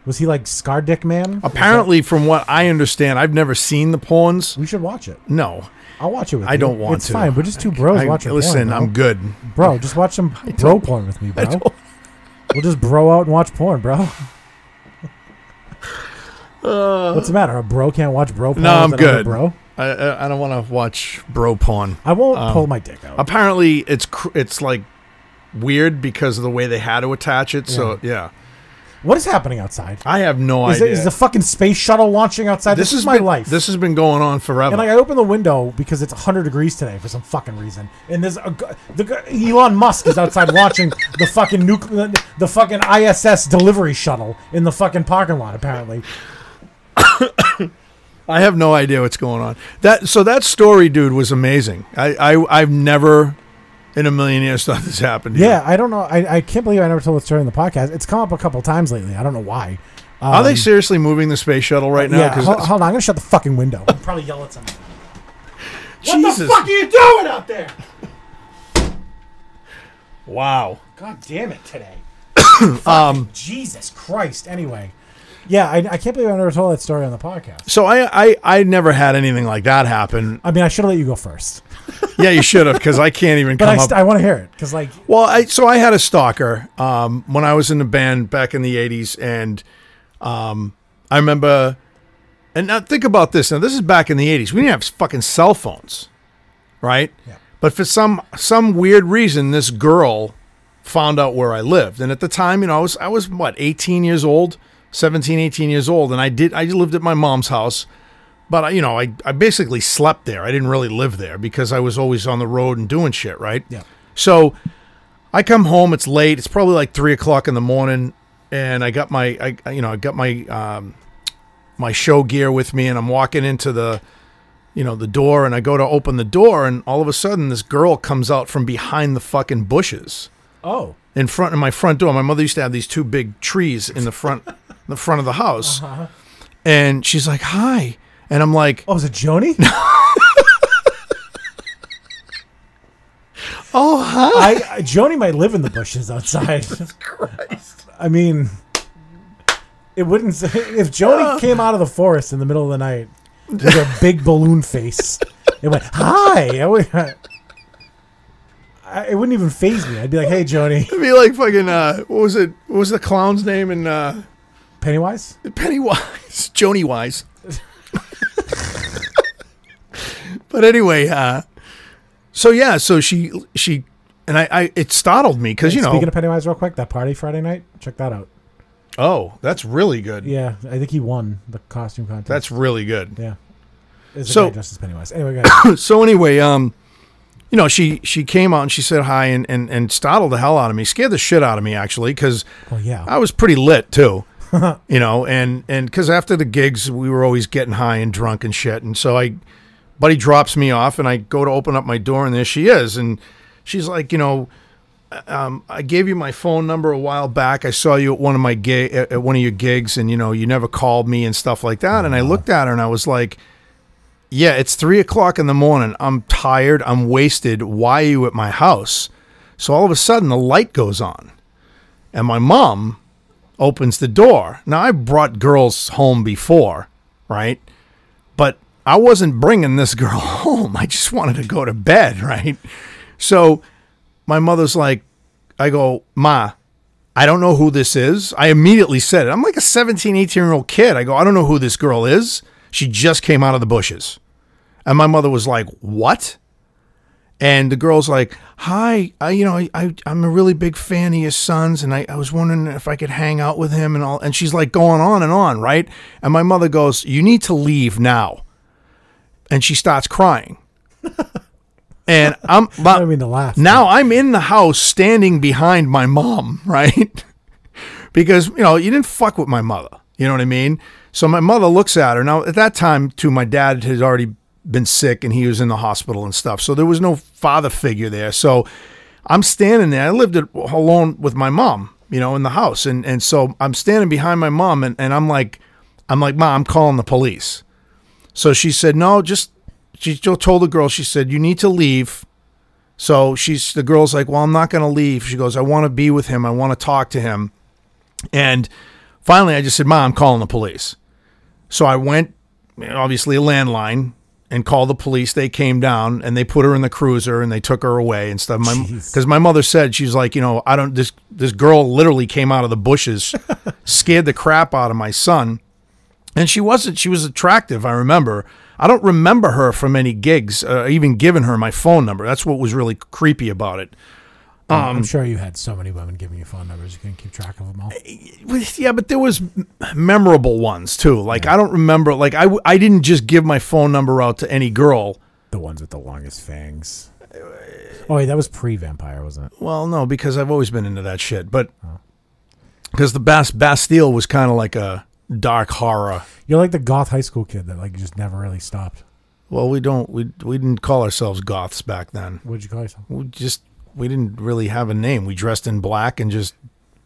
Was he like scar dick man? Apparently, from what I understand, I've never seen the porns. We should watch it. No, I'll watch it with I you. don't want it's to. It's fine. We're just two bros I, watching porn. listen, bro. I'm good. Bro, just watch some bro porn with me, bro. don't- We'll just bro out and watch porn, bro. What's the matter? A bro can't watch bro porn? Uh, No, I'm with another good. Bro, I, I, I don't want to watch bro porn. I won't pull my dick out. Apparently, it's cr- it's like weird because of the way they had to attach it. So yeah, What is happening outside? I have no Is, it, idea. is the fucking space shuttle launching outside? This, is has my been- life. This has been going on forever. And like I open the window because it's 100 degrees today for some fucking reason. And there's a gu- the gu- Elon Musk is outside launching the fucking nuclear the fucking ISS delivery shuttle in the fucking parking lot apparently. I have no idea what's going on. That so that story, dude, was amazing. I, I I've never in a million years thought this happened. to you. Yeah, I don't know. I, I can't believe I never told the story in the podcast. It's come up a couple times lately. I don't know why. Um, Are they seriously moving the space shuttle right now? yeah, 'Cause hold, that's- hold on. I'm gonna shut the fucking window. I'll probably yell at someone. Jesus. What the fuck are you doing out there? Wow. God damn it today. um, Jesus Christ. Anyway, yeah, I, I can't believe I never told that story on the podcast. So I, I I never had anything like that happen. I mean, I should have let you go first, Yeah, you should have because I can't even but come I, up. st- I want to hear it because, like, Well, I, so I had a stalker um, when I was in the band back in the '80s, and um, I remember. And now think about this. Now this is back in the '80s. We didn't have fucking cell phones, right? Yeah. But for some some weird reason, this girl found out where I lived. And at the time, you know, I was I was what 18 years old, 17, 18 years old, and I did I lived at my mom's house. But I, you know, I, I basically slept there. I didn't really live there because I was always on the road and doing shit, right? Yeah. So I come home. It's late. It's probably like three o'clock in the morning, and I got my, I- I you know, I got my, um, my show gear with me, and I'm walking into the, you know, the door, and I go to open the door, and all of a sudden this girl comes out from behind the fucking bushes oh, in front of my front door. My mother used to have these two big trees in the front, the front of the house, and she's like, "Hi," and I'm like, oh, was it Joni? "Oh, hi." I, I Joni might live in the bushes outside. I mean, it wouldn't. s- If Joni came out of the forest in the middle of the night with her big balloon face, it went hi. I would. I, it wouldn't even phase me. I'd be like, "Hey, Joni, It'd be like fucking uh, what was it? What was the clown's name in uh, Pennywise." Pennywise, Joni Wise. but anyway, uh, so yeah, so she she and I, I it startled me because you know Speaking of Pennywise, real quick, that party Friday night. Check that out. oh that's really good Yeah, I think he won the costume contest. that's really good. yeah. Is So- so dressed as Pennywise. Anyway, go ahead. So anyway, um, you know she she came out and she said hi and and and startled the hell out of me, scared the shit out of me actually because well, yeah. I was pretty lit too. you know, and and because after the gigs we were always getting high and drunk and shit, and so I, buddy drops me off, and I go to open up my door, and there she is, and she's like, you know, um, I gave you my phone number a while back. I saw you at one of my gig at at one of your gigs, and you know, you never called me and stuff like that. And I looked at her and I was like. Yeah, it's three o'clock in the morning. I'm tired. I'm wasted. Why are you at my house? So all of a sudden, the light goes on and my mom opens the door. Now I brought girls home before, right? But I wasn't bringing this girl home. I just wanted to go to bed, right? So my mother's like, I go, Ma, I don't know who this is. I immediately said it. I'm like a 17, 18 year old kid. I go, I don't know who this girl is. She just came out of the bushes. And my mother was like, What? and the girl's like, "Hi, I, you know, I, I I'm a really big fan of your sons, and I, I was wondering if I could hang out with him and all." And she's like going on and on, right? And my mother goes, "You need to leave now," and she starts crying. and I'm, I don't mean to laugh. now I'm in the house standing behind my mom, right? because, you know, you didn't fuck with my mother. You know what I mean? So my mother looks at her. Now, at that time, too, my dad had already been sick and he was in the hospital and stuff. So there was no father figure there. So I'm standing there. I lived at, alone with my mom, you know, in the house. And, and so I'm standing behind my mom and, and I'm like, I'm like, Mom, I'm calling the police. So she said, No, just, she told the girl, she said, You need to leave. So she's the girl's like, "Well, I'm not going to leave." She goes, "I want to be with him. I want to talk to him." And finally, I just said, "Mom, I'm calling the police." So I went, obviously a landline, and called the police. They came down and they put her in the cruiser and they took her away and stuff. Jeez. Because my, mother said she's like, you know, I don't. This this girl literally came out of the bushes, scared the crap out of my son. And she wasn't. She was attractive. I remember. I don't remember her from any gigs, uh, even giving her my phone number. That's what was really creepy about it. I'm sure you had so many women giving you phone numbers. You couldn't keep track of them all. Yeah, but there was m- memorable ones too. Like I don't remember. Like I, w- I didn't just give my phone number out to any girl. The ones with the longest fangs. Oh wait, that was pre-vampire, wasn't it? Well, no, because I've always been into that shit. But Oh. because the Bas- Bastille was kind of like a dark horror. You're like the goth high school kid that like just never really stopped. Well, we don't. We we didn't call ourselves goths back then. What'd you call yourself? We just we didn't really have a name. We dressed in black and just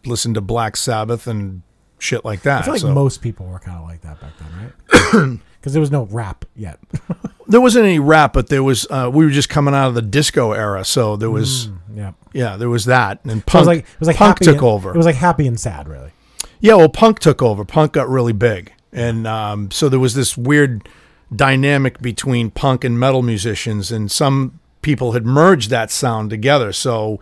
listened to Black Sabbath and shit like that. I feel like so most people were kind of like that back then, right? Because there was no rap yet. there wasn't any rap, but there was. Uh, we were just coming out of the disco era, so there was. yeah. Yeah, there was that, and punk. So it was like it was like punk happy took and- over. It was like happy and sad, really. Yeah, well, punk took over. Punk got really big, and um, so there was this weird dynamic between punk and metal musicians, and some people had merged that sound together. So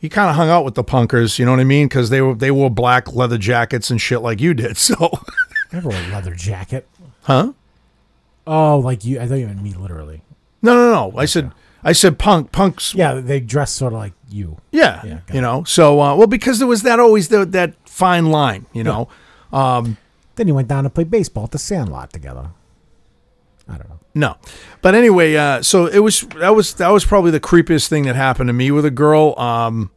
you kind of hung out with the punkers, you know what I mean? Because they were they wore black leather jackets and shit like you did. So I never wore a leather jacket. Huh? Oh, like you? I thought you meant me literally. no, no, no. I said I said punk. Punks Yeah, they dress sort of like you. Yeah, Yeah, got you know. So uh, well, because there was that always the, that fine line, you know. Then you went down to play baseball at the Sandlot together. I don't know. No, but anyway, uh, so it was that was that was probably the creepiest thing that happened to me with a girl. Um,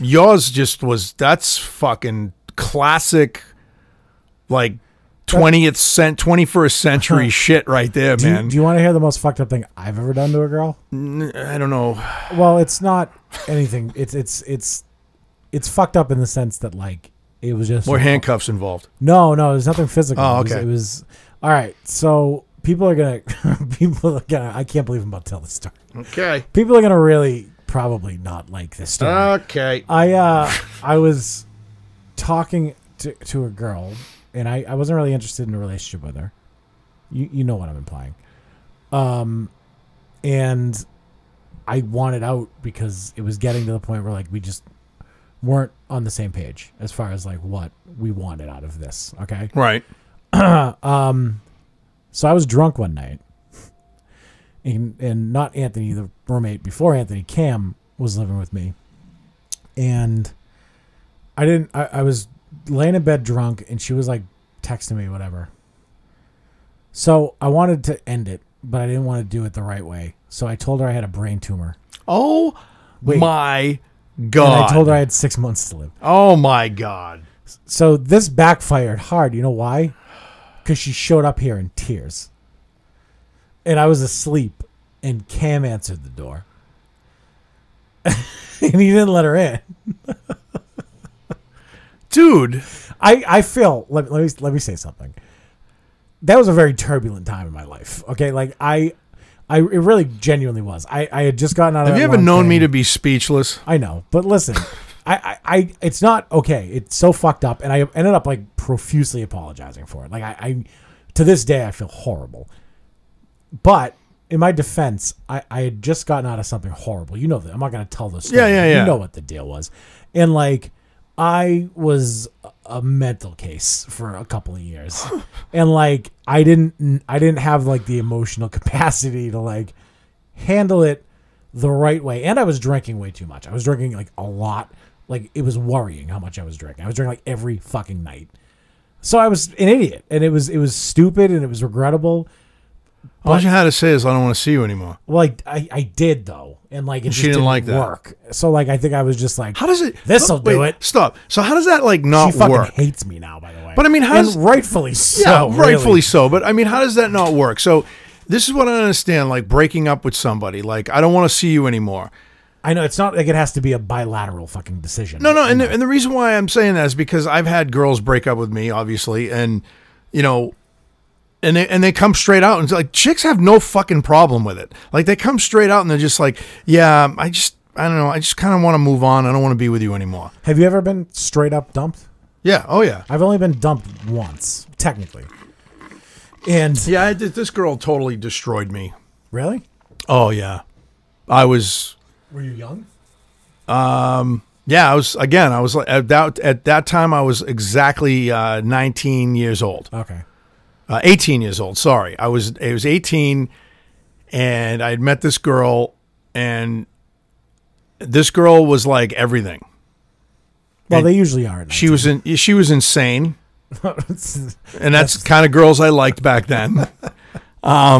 yours just was that's fucking classic, like twentieth cent twenty first century shit right there, Do man. you, do you want to hear the most fucked up thing I've ever done to a girl? I don't know. Well, it's not anything. It's it's it's it's fucked up in the sense that like it was just More handcuffs involved. No, no, there's nothing physical. Oh, It was- okay. It was, all right. So people are gonna, people are gonna. I can't believe I'm about to tell this story. Okay. People are gonna really probably not like this story. Okay. I uh, I was talking to, to a girl, and I, I wasn't really interested in a relationship with her. You you know what I'm implying. Um, and I wanted out because it was getting to the point where like we just weren't on the same page as far as like what we wanted out of this. Okay. Right. So I was drunk one night, and, and not Anthony, the roommate before Anthony, Cam was living with me, and I didn't. I, I was laying in bed drunk, and she was like texting me, whatever. So I wanted to end it, but I didn't want to do it the right way. So I told her I had a brain tumor, Oh Wait. my and god. I told her I had six months to live. oh my god. So this backfired hard. You know why? Because she showed up here in tears. And I was asleep, and Cam answered the door. and he didn't let her in. Dude. I, I feel, let, let, me, let me say something. That was a very turbulent time in my life. Okay. Like, I, I it really genuinely was. I, I had just gotten out of Have that you ever one known me thing. to be speechless? I know, but listen, I, I, I, it's not okay. It's so fucked up, and I ended up like profusely apologizing for it. Like I, I to this day, I feel horrible. But in my defense, I, I had just gotten out of something horrible. You know that I'm not gonna tell the story. Yeah, yeah, yeah. You know what the deal was, and like I was a mental case for a couple of years, and like I didn't, I didn't have like the emotional capacity to like handle it the right way. And I was drinking way too much. I was drinking like a lot. Like it was worrying how much I was drinking. I was drinking like every fucking night. So I was an idiot, and it was it was stupid, and it was regrettable. All you had to say is I don't want to see you anymore. Well, like I, I did though, and like it just she didn't didn't, like that. work. So like I think I was just like, How does it? Oh, This'll wait, do it. Stop. So how does that like She not fucking work? hates me now, by the way. But I mean, how And does- rightfully so. yeah, really. rightfully so. But I mean, how does that not work? So this is what I understand. Like breaking up with somebody. Like I don't want to see you anymore. I know it's not like it has to be a bilateral fucking decision. No, no. And the, and the reason why I'm saying that is because I've had girls break up with me, obviously, and you know. And they, and they come straight out and it's like chicks have no fucking problem with it. Like they come straight out and they're just like, yeah, I just I don't know, I just kind of want to move on. I don't want to be with you anymore. Have you ever been straight up dumped? Yeah. Oh yeah. I've only been dumped once, technically. And Yeah, I did, this girl totally destroyed me. really, Oh yeah, I was. um, were you young? Yeah, I was again. I was like at that at that time. I was exactly uh, 19 years old, Okay. uh, 18 years old. Sorry, I was. I was 18, and I had met this girl, and this girl was like everything. Well, And they usually are. She was in. She was insane. was. and that's the kind of girls I liked back then. um,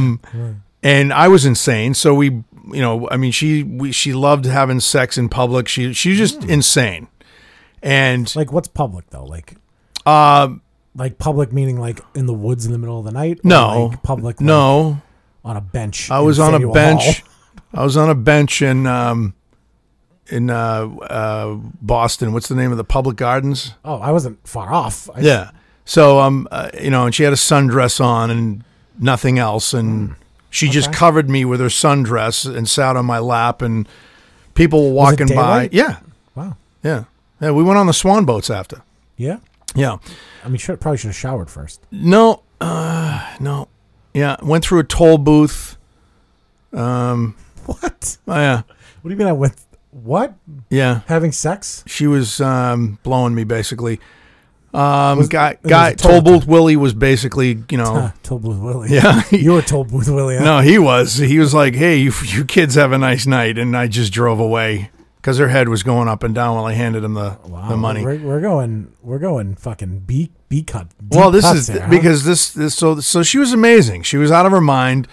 and I was insane. So we, you know, I mean, she we, she loved having sex in public. She she was just insane. And like, what's public though? Like, um, Um, like public meaning like in the woods in the middle of the night. Or, no, like, public. like, No, on a bench. I in was on a Faneuil bench. Hall? I was on a bench, and um, in uh, uh, Boston. What's the name of the public gardens? Oh, I wasn't far off. I, Yeah. So um, uh, you know, and she had a sundress on and nothing else, and Hmm. she just covered me with her sundress and sat on my lap, and people were Was it walking by. daylight? Yeah, Wow. yeah, yeah. We went on the swan boats after. Yeah. Yeah. I mean, should probably should have showered first. No, uh, no. Yeah, went through a toll booth. What? Oh, yeah, What do you mean? I went what? yeah. Having sex? She was um, blowing me basically. Um, guy, was guy, a toll toll booth Willie was basically, you know, Ah, told Booth Willie. Oh. Yeah. you were told Booth Willie. huh? No, he was. He was like, "Hey, you, you kids have a nice night," and I just drove away because her head was going up and down while I handed him the Wow, the money. We're, we're going. We're going. Fucking B B cut. deep Well, this cuts is here, huh? because this, this so so she was amazing. She was out of her mind,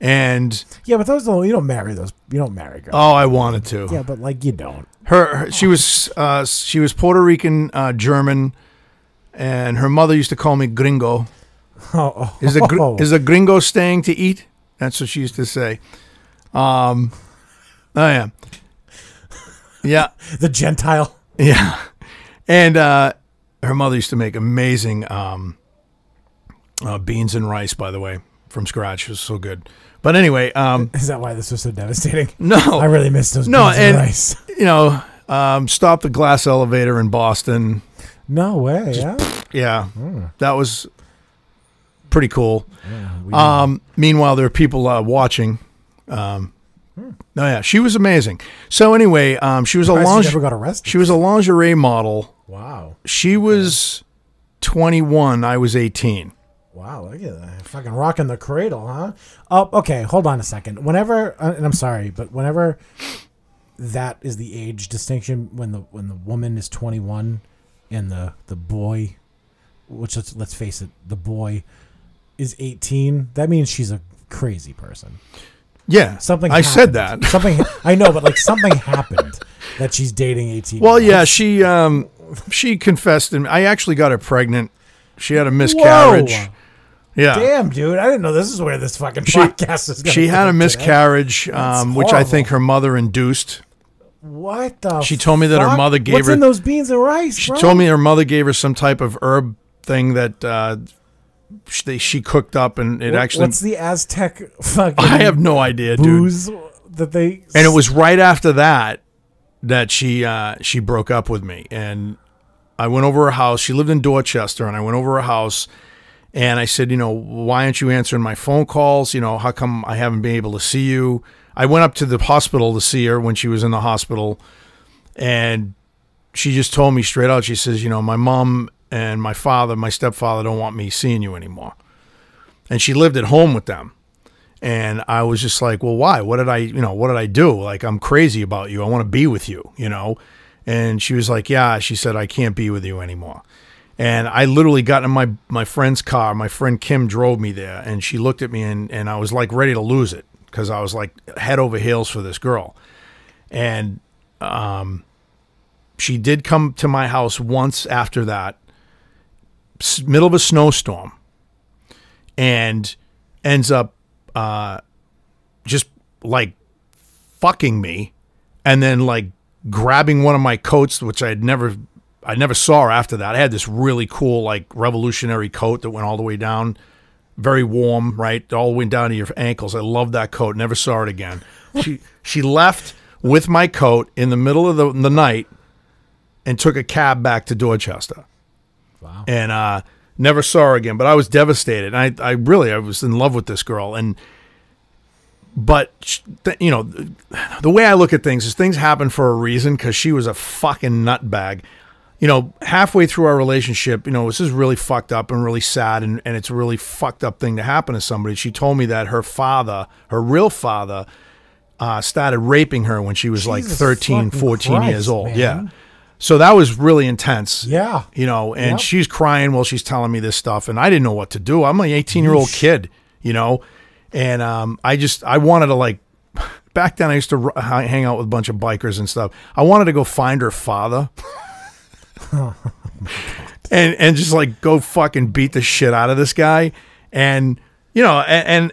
and yeah, but those don't. You don't marry those. You don't marry girls. oh, I wanted to. yeah, but like you don't. Her, her she was uh, she was Puerto Rican uh, German, and her mother used to call me Gringo. Oh, oh, Is the gr- is the Gringo staying to eat? That's what she used to say. Um, oh yeah, yeah. the Gentile? Yeah. And uh, her mother used to make amazing um, uh, beans and rice, by the way, from scratch. It was so good. But anyway, um, Is that why this was so devastating? no. I really miss those no, beans and and, rice. you know, um, stopped the glass elevator in Boston. No way. Yeah. Yeah. Hmm. That was pretty cool. We- Um, meanwhile, there are people uh, watching. Um, Hmm. oh, yeah. She was amazing. So anyway, um, she was a Christ, you never lingerie. got arrested. She was a lingerie model. wow. She was 21. I was 18. Wow, look at that. Fucking rocking the cradle, huh? Oh, okay, hold on a second. Whenever uh, and I'm sorry, but whenever that is the age distinction when the when the woman is 21 and the the boy which let's, let's face it, the boy is 18, that means she's a crazy person. Yeah. Something I said happened. that. Something I know, but like something happened that she's dating 18. Well, yeah, she um she confessed and I actually got her pregnant. She had a miscarriage. Whoa. Yeah. Damn, dude. I didn't know this is where this fucking She- podcast is going. She had a miscarriage, um, which I horrible. think her mother induced. What the? She told me that her fuck? mother gave What's her- in those beans and rice? She told me her mother gave her some type of herb thing that uh, sh- they, she cooked up, and it actually. What's the Aztec fucking? I have no idea, dude. booze that they. And it was right after that that she uh, she broke up with me, and I went over her house. She lived in Dorchester, and I went over her house, and I said, you know, why aren't you answering my phone calls? You know, how come I haven't been able to see you? I went up to the hospital to see her when she was in the hospital, and she just told me straight out. She says, you know, my mom and my father, my stepfather, don't want me seeing you anymore, and she lived at home with them. And I was just like, well, why? What did I, you know, what did I do? Like, I'm crazy about you. I want to be with you, you know? And she was like, yeah. She said, I can't be with you anymore. And I literally got in my, my friend's car. My friend Kim drove me there and she looked at me and, and I was like ready to lose it because I was like head over heels for this girl. And um, she did come to my house once after that, s- middle of a snowstorm, and ends up just like fucking me and then like grabbing one of my coats which I had never I never saw her after that. I had this really cool like revolutionary coat that went all the way down, very warm, right? All the way down to your ankles. I loved that coat. Never saw it again. She she left with my coat in the middle of the, the night and took a cab back to Dorchester. Wow. And uh never saw her again, but I was devastated. And I I really I was in love with this girl and but sh- th- you know th- the way i look at things is things happen for a reason because she was a fucking nutbag you know halfway through our relationship you know this is really fucked up and really sad and, and it's a really fucked up thing to happen to somebody she told me that her father her real father uh, started raping her when she was like Jesus 13 fucking 14 years Christ, old man. yeah so that was really intense Yeah. you know and Yep. she's crying while she's telling me this stuff and i didn't know what to do i'm an 18 year old kid you know and um, i just i wanted to like back then i used to ru- h- hang out with a bunch of bikers and stuff i wanted to go find her father and and just like go fucking beat the shit out of this guy and you know and, and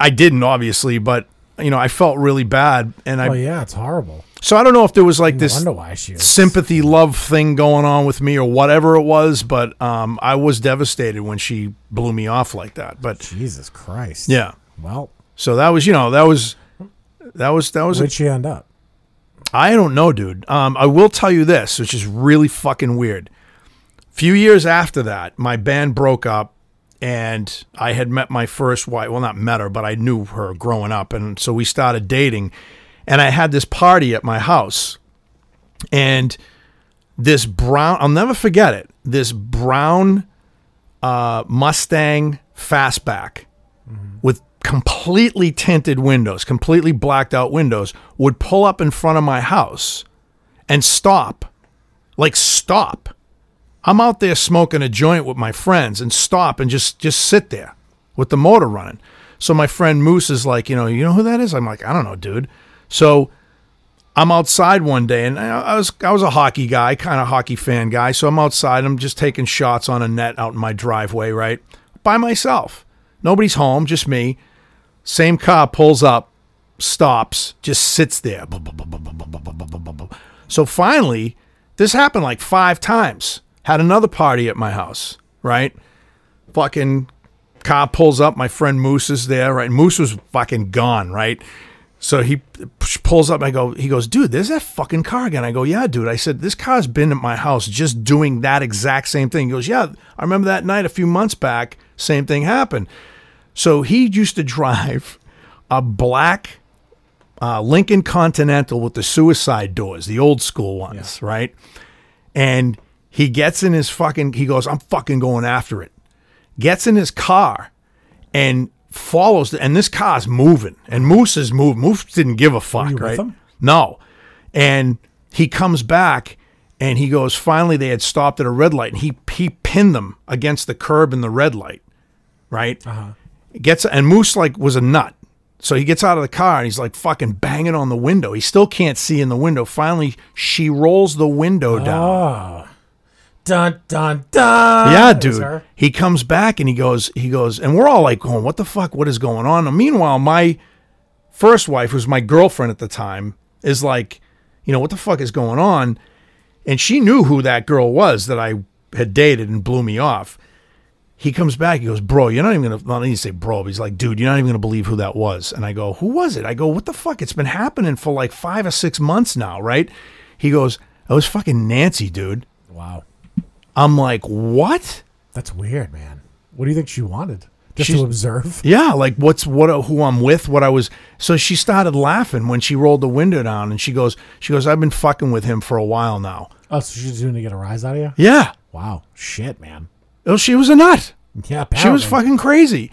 i didn't obviously but you know, I felt really bad, and I Oh yeah, it's horrible. so I don't know if there was like I this wonder why she was. sympathy love thing going on with me or whatever it was, but um, I was devastated when she blew me off like that. But Jesus Christ. yeah, Well, so that was you know that was that was that was a where'd she end up? I don't know, dude. Um, I will tell you this, which is really fucking weird. Few years after that, my band broke up, and I had met my first wife. Well, not met her, but I knew her growing up, and so we started dating. And I had this party at my house, and this brown—I'll never forget it. This brown uh, Mustang fastback with completely tinted windows, completely blacked out windows, would pull up in front of my house and stop. Like stop. I'm out there smoking a joint with my friends and stop and just just sit there with the motor running. So my friend Moose is like, you know, you know who that is? I'm like, I don't know, dude. So I'm outside one day, and I I was I was a hockey guy, kind of hockey fan guy. So I'm outside. I'm just taking shots on a net out in my driveway, right, by myself. Nobody's home, just me. Same car pulls up, stops, just sits there. So finally, this happened like five times. Had another party at my house, right? Fucking car pulls up. My friend Moose is there, right? Moose was fucking gone, right? So he p- pulls up. And I go, he goes, dude, there's that fucking car again. I go, yeah, dude. I said, this car's been at my house just doing that exact same thing. He goes, yeah, I remember that night a few months back, same thing happened. So he used to drive a black uh, Lincoln Continental with the suicide doors, the old school ones, right? And he gets in his fucking, he goes, I'm fucking going after it. Gets in his car and follows, the, and this car's moving, and Moose is moving. Moose didn't give a fuck, you with right? him? No. And he comes back and he goes, finally, they had stopped at a red light, and he, he pinned them against the curb in the red light, right? Uh-huh. gets and Moose like was a nut. So he gets out of the car and he's like fucking banging on the window. He still can't see in the window. Finally, she rolls the window down. Oh. Dun dun dun. yeah, It was dude. her. He comes back and he goes, he goes, and we're all like going, what the fuck? What is going on? And meanwhile, my first wife, who's my girlfriend at the time, is like, you know, what the fuck is going on? And she knew who that girl was that I had dated and blew me off. he comes back. He goes, bro, you're not even gonna. Not even say bro, but he's like, dude, you're not even gonna believe who that was. And I go, who was it? I go, what the fuck? It's been happening for like five or six months now, right? He goes, it was fucking Nancy, dude. Wow. I'm like, what? That's weird, man. What do you think she wanted? Just She's- to observe. Yeah, like what's what? Who I'm with? What I was? So she started laughing when she rolled the window down, and she goes, she goes, I've been fucking with him for a while now. Oh, so she's doing to get a rise out of you? Yeah, Wow. Shit, man. Oh, she was a nut. Yeah, She was apparently. fucking crazy.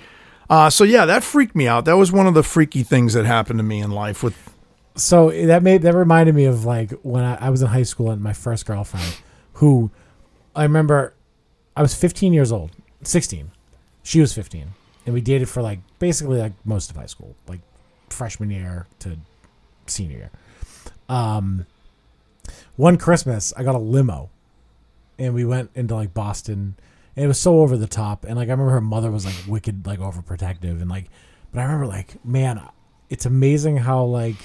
Uh, so yeah, that freaked me out. That was one of the freaky things that happened to me in life with so that made that reminded me of like when I, I was in high school and my first girlfriend, who I remember, I was 15 years old, 16. She was 15, and we dated for like basically like most of high school, like freshman year to senior year. Um, one Christmas, I got a limo, and we went into like Boston, and it was so over the top. And like I remember, her mother was like wicked, like overprotective, and like, but I remember like, man, it's amazing how like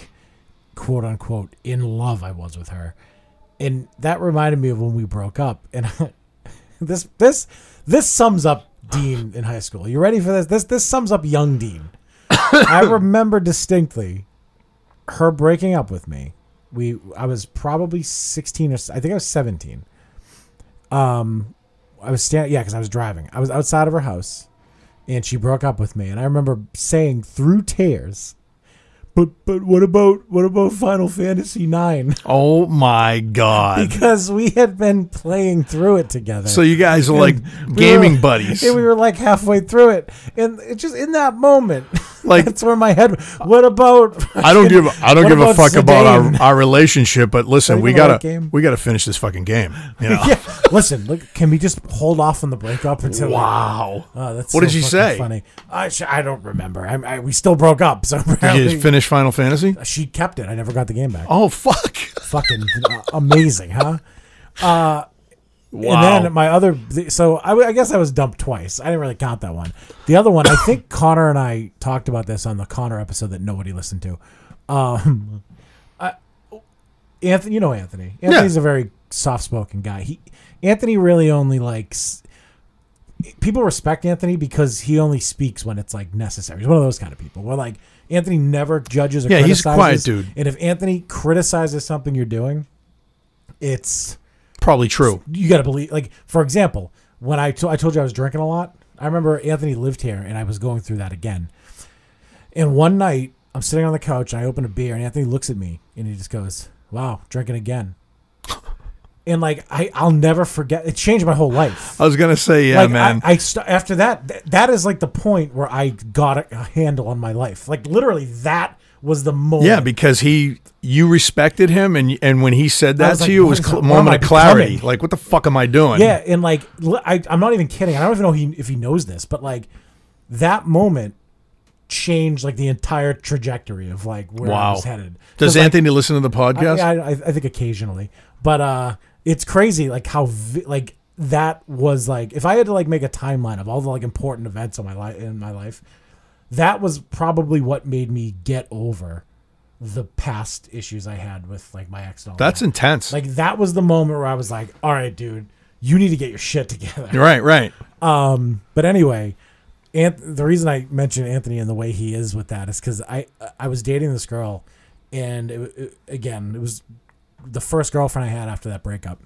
quote unquote in love I was with her. And that reminded me of when we broke up. And this this this sums up Dean in high school. You ready for this? This this sums up young Dean. I remember distinctly her breaking up with me. We I was probably 16 or s- I think I was 17. Um I was standing yeah, cuz I was driving. I was outside of her house and she broke up with me and I remember saying through tears but but what about what about Final Fantasy Nine? Oh my god! Because we had been playing through it together. So you guys are like We gaming were- buddies. And we were like halfway through it, and it just in that moment, Like- that's where my head. What about? I don't give I don't What give a about fuck about Zidane? our, our relationship, but listen, Not we even the gotta right game. we gotta finish this fucking game. You know? yeah. Listen, look, can we just hold off on the breakup until? Wow. Oh, that's What so did you fucking say? Funny. I, sh- I don't remember. I, I we still broke up, so Did you apparently just finish Final Fantasy? she kept it. I never got the game back. Oh fuck! fucking uh, amazing, huh? Uh, Wow. And then my other, th- so I, w- I guess I was dumped twice. I didn't really count that one. The other one, I think Connor and I talked about this on the Connor episode that nobody listened to. Um, I, Anthony, you know Anthony. Anthony's a very soft-spoken guy. He Anthony really only likes people respect Anthony because he only speaks when it's like necessary. He's one of those kind of people. Where like Anthony never judges or Yeah, he's criticizes. a quiet dude. And if Anthony criticizes something you're doing, it's Probably true. you got to believe. Like for example, when I to- I told you I was drinking a lot, I remember Anthony lived here, and I was going through that again. And one night, I'm sitting on the couch, and I open a beer, and Anthony looks at me, and he just goes, "Wow, drinking again." And like I, I'll never forget. It changed my whole life. I was gonna say, yeah, like, man. I, I st- after that, th- that is like the point where I got a, a handle on my life. Like literally, that was the moment. yeah, because he, you respected him, and and when he said I that was to like, you, it what was is- cl- what am I moment of clarity. becoming? Like, what the fuck am I doing? Yeah, and like li- I, am not even kidding. I don't even know he, if he knows this, but like that moment changed like the entire trajectory of like where I Wow. was headed. Does 'Cause, like, Anthony listen to the podcast? I, I, I think occasionally, but uh, it's crazy like how vi- like that was like if I had to like make a timeline of all the like important events in my life in my life, that was probably what made me get over the past issues I had with like my ex. And all That's that. intense. like that was the moment where I was like, all right, dude, you need to get your shit together. right, right. But anyway, Anth- the reason I mentioned Anthony and the way he is with that is because I I was dating this girl, and it, it- again, it was the first girlfriend I had after that breakup,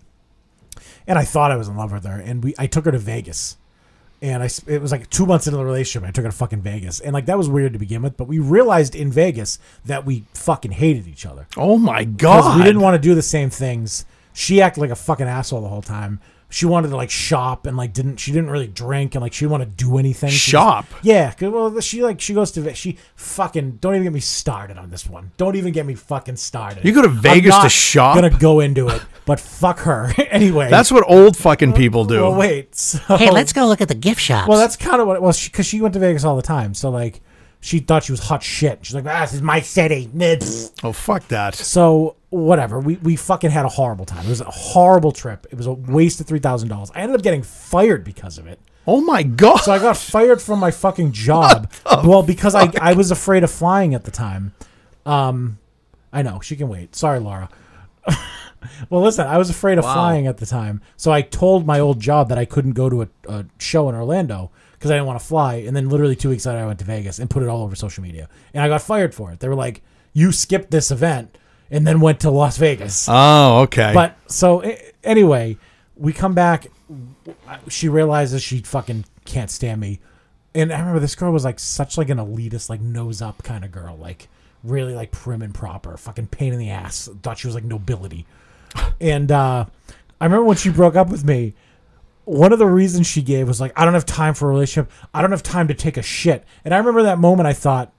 and I thought I was in love with her, and we I took her to Vegas. And I, s- it was like two months into the relationship, I took her to fucking Vegas, and like that was weird to begin with. But we realized in Vegas that we fucking hated each other. Oh my Because god. we didn't want to do the same things. She acted like a fucking asshole the whole time. She wanted to like shop and like didn't she didn't really drink and like she didn't want to do anything. She Shop? Just, yeah, 'cause, well she like she goes to Ve- she fucking don't even get me started on this one. Don't even get me fucking started. You go to I'm Vegas to not shop? Gonna go into it, but fuck her anyway. That's what old fucking people do. Uh, well, wait. So, Hey, let's go look at the gift shops. Well, that's kind of what it was because she, went to Vegas all the time, so like she thought she was hot shit. She's like, ah, this is my city. oh fuck that. So whatever, we we fucking had a horrible time. It was a horrible trip. It was a waste of three thousand dollars. I ended up getting fired because of it. Oh my god. So I got fired from my fucking job. Well, because I I was afraid of flying at the time. Um, I know she can wait. Sorry, Laura. well, listen, I was afraid of flying at the time, so I told my old job that I couldn't go to a, a show in Orlando because I didn't want to fly. And then literally two weeks later, I went to Vegas and put it all over social media, and I got fired for it. They were like, "You skipped this event and then went to Las Vegas." oh okay. But so a- anyway, we come back. She realizes she fucking can't stand me, and I remember this girl was like such like an elitist, like nose up kind of girl, like really like prim and proper, fucking pain in the ass. Thought she was like nobility, and uh, I remember when she broke up with me. One of the reasons she gave was like, I don't have time for a relationship. I don't have time to take a shit. And I remember that moment. I thought,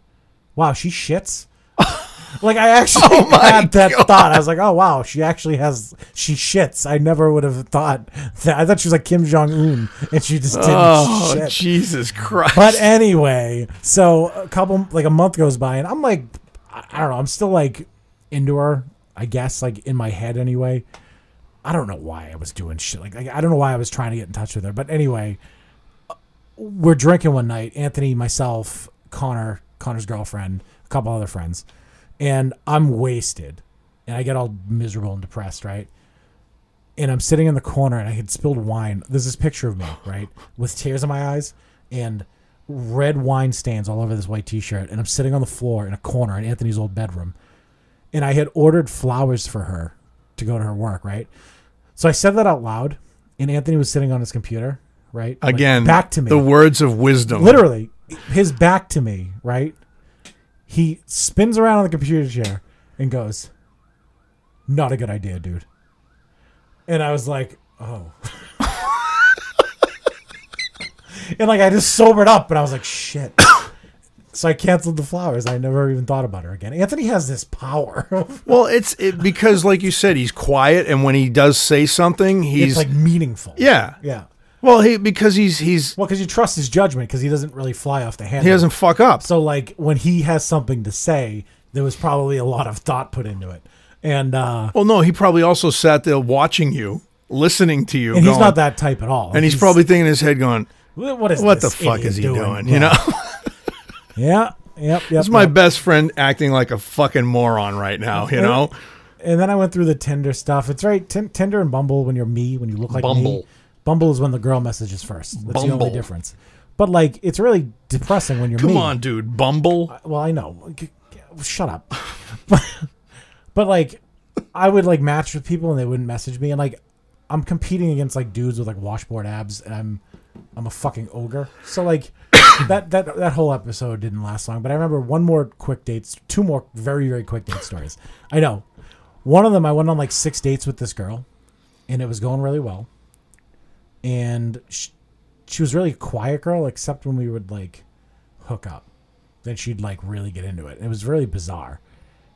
wow, she shits. like I actually had that thought. I was like, oh wow, she actually has she shits. I never would have thought that. I thought she was like Kim Jong Un, and she just didn't oh shit. Jesus Christ. But eh, anyway, so a couple like a month goes by, and I'm like, I I don't know. I'm still like into her, I guess, like in my head anyway. I don't know why I was doing shit. Like, like I don't know why I was trying to get in touch with her. But anyway, uh, we're drinking one night. Anthony, myself, Connor, Connor's girlfriend, a couple other friends, and I'm wasted, and I get all miserable and depressed, right? and I'm sitting in the corner and I had spilled wine. There's this picture of me, right? With tears in my eyes and red wine stains all over this white t shirt. And I'm sitting on the floor in a corner in Anthony's old bedroom. And I had ordered flowers for her to go to her work, right? So I said that out loud. And Anthony was sitting on his computer, right? Like, Again, back to me The words of wisdom. literally his back to me right he spins around on the computer chair and goes not a good idea dude and i was like oh and like i just sobered up and i was like shit so i canceled the flowers i never even thought about her again anthony has this power Well, it's it, because, like you said, he's quiet, and when he does say something, he's it's like meaningful yeah. yeah Well, he because he's he's well because you trust his judgment because he doesn't really fly off the handle he doesn't fuck up. So like when he has something to say, there was probably a lot of thought put into it. And uh Well, no, he probably also sat there watching you listening to you. And he's going- not that type at all. And he's probably thinking in his head, going, what is "What the this fuck idiot is he doing?" You Yeah. know, Yeah. Yep. Yep. it's my yep. best friend acting like a fucking moron right now. You know, And then I went through the Tinder stuff. It's right. Tin Tinder and Bumble, when you're me, when you look like me. Bumble. Bumble is when the girl messages first. That's the Bumble. only difference. But like, it's really depressing when you're come me. on, dude, Bumble. Well, I know. G- g- Shut up. but like, I would like match with people and they wouldn't message me. And like, I'm competing against like dudes with like washboard abs, and I'm I'm a fucking ogre. So like, that that that whole episode didn't last long. But I remember one more quick dates, two more very very quick date stories. I know. One of them, I went on like six dates with this girl, and it was going really well. And she, she was really a quiet girl, except when we would like hook up then she'd like really get into it. And it was really bizarre.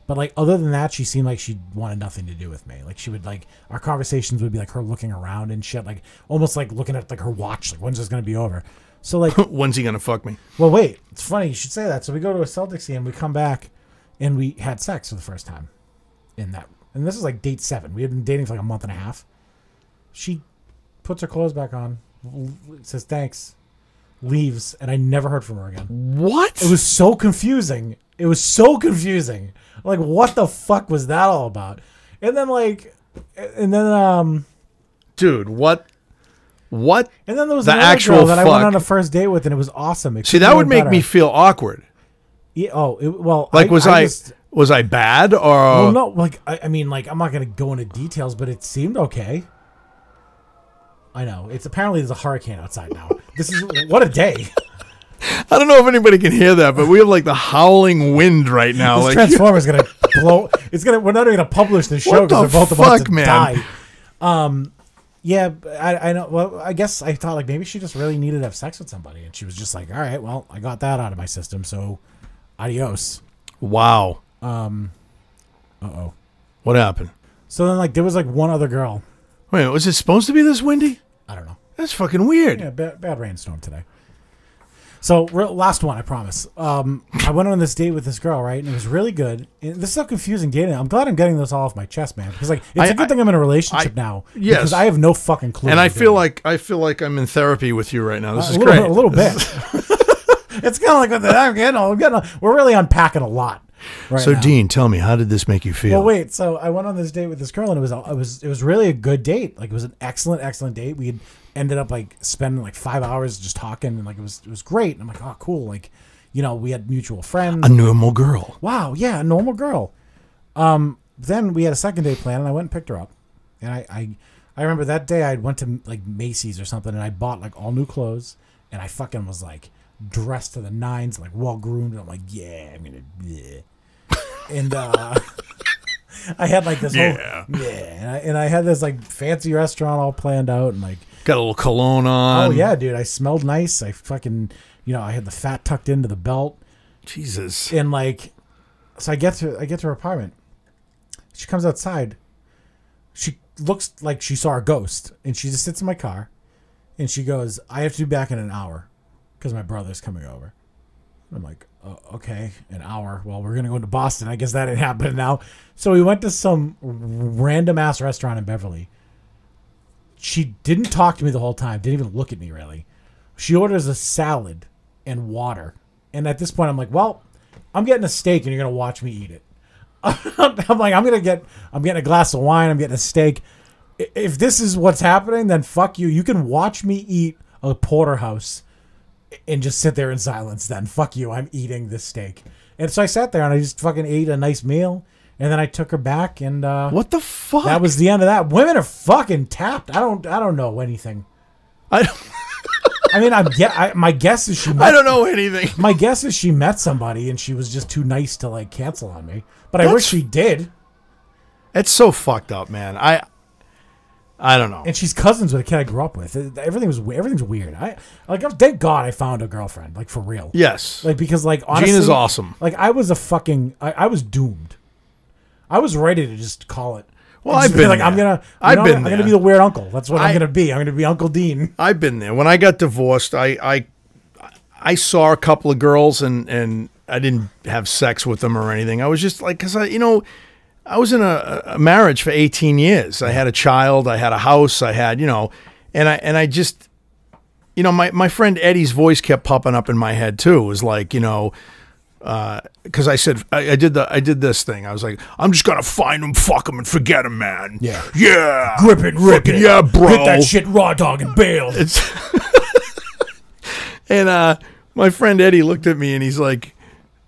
But like other than that, she seemed like she wanted nothing to do with me. Like she would like our conversations would be like her looking around and shit, like almost like looking at like her watch, like when's this gonna be over? So like When's he gonna fuck me? well wait, it's funny you should say that. So we go to a Celtics game, we come back and we had sex for the first time in that and this is like date seven. We had been dating for like a month and a half. She puts her clothes back on, l- l- says thanks, leaves, and I never heard from her again. What? It was so confusing. It was so confusing. Like, what the fuck was that all about? And then like, and then um, dude, what? What? and then there was The another actual girl that I went fuck. on a first date with, and it was awesome. It See, couldn't that have would been make me better. feel awkward. yeah, oh, it, well, Like, was I, Oh. just- was I bad or? well, no, like I, I mean, like I'm not gonna go into details, but it seemed okay. I know it's apparently there's a hurricane outside now. This is what a day. I don't know if anybody can hear that, but we have like the howling wind right now. This Like, Transformer's gonna blow. It's gonna. We're not even gonna publish the show What because the they're both about fuck, to man? die. Um, yeah, b- I, I know. Well, I guess I thought like maybe she just really needed to have sex with somebody, and she was just like, "All right, well, I got that out of my system, so adios." wow. Um. Uh oh. What happened? So then, like, there was like one other girl. Wait, was it supposed to be this windy? I don't know. That's fucking weird. Yeah, bad, bad rainstorm today. So re- last one, I promise. Um, I went on this date with this girl, right, and it was really good. And this is how confusing dating. I'm glad I'm getting this all off my chest, man. Because like, it's a I- good I- thing I'm in a relationship I- now. yes. Because I have no fucking clue. And what I I'm feel doing. like I feel like I'm in therapy with you right now. This Uh, a is little, great. a little bit. it's kind of like what the I'm getting. I'm getting. We're really unpacking a lot. Right So, now. Dean, tell me, how did this make you feel? Well, wait. So I went on this date with this girl, and it was it was it was really a good date. Like it was an excellent, excellent date. We had ended up like spending like five hours just talking, and like it was it was great. And I'm like, oh, cool. Like, you know, we had mutual friends. A normal girl. wow, yeah, a normal girl. Um, then we had a second day plan, and I went and picked her up. And I, I, I remember that day I went to like Macy's or something, and I bought like all new clothes, and I fucking was like dressed to the nines, like well groomed, and I'm like, yeah, I'm gonna, yeah. and uh, I had like this Yeah. whole, yeah, and I, and I had this like fancy restaurant all planned out, and like Got a little cologne on. oh yeah, dude, I smelled nice. I fucking, you know, I had the fat tucked into the belt Jesus. and like so i get to i get to her apartment she comes outside she looks like she saw a ghost and she just sits in my car and she goes i have to be back in an hour because my brother's coming over And i'm like oh, okay an hour well we're gonna go to boston i guess that ain't happening now so we went to some random ass restaurant in beverly she didn't talk to me the whole time didn't even look at me really she orders a salad and water and at this point i'm like well i'm getting a steak and you're gonna watch me eat it i'm like i'm gonna get i'm getting a glass of wine i'm getting a steak I- if this is what's happening then fuck you you can watch me eat a porterhouse and just sit there in silence then fuck you i'm eating this steak and so i sat there and i just fucking ate a nice meal and then i took her back and uh What the fuck? that was the end of that women are fucking tapped i don't i don't know anything I, I mean, I'm ge- I, my guess is she. Met, I don't know anything. My guess is she met somebody and she was just too nice to like cancel on me. But I wish That's- she did. It's so fucked up, man. I I don't know. And she's cousins with a kid I grew up with. Everything was we- everything's weird. I like. I'm, thank God I found a girlfriend. Like for real. yes. Like because like honestly, Gina's awesome. Like I was a fucking. I, I was doomed. I was ready to just call it. Well, And just I've be been like I'm there. gonna. you I've know, been I'm there. gonna be the weird uncle. That's what I, I- am gonna be. I'm gonna be Uncle Dean. I've been there. When I got divorced, I I I saw a couple of girls and and I didn't have sex with them or anything. I was just like cuz I you know I was in a, a marriage for 18 years. I had a child. I had a house. I had, you know, and I and I just, you know, my my friend Eddie's voice kept popping up in my head too. It was like, you know, because I said I, I did the I did this thing. I was like, I'm just gonna find him, fuck him, and forget him, man. Yeah. yeah, Grip it, rip Fucking it. Yeah, bro. Hit that shit raw dog and bail. And uh, my friend Eddie looked at me and he's like,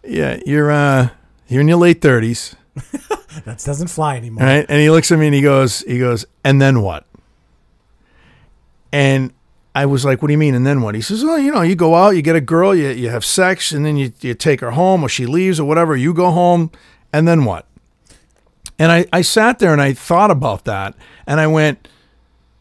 "Yeah, you're uh, you're in your late thirties, That doesn't fly anymore. all right?" And he looks at me and he goes, "He goes, and then what?" And I was like, "What do you mean? And then what?" He says, "Well, you know, you go out, you get a girl, you you have sex, and then you you take her home, or she leaves, or whatever. You go home, and then what?" And I I sat there and I thought about that, and I went,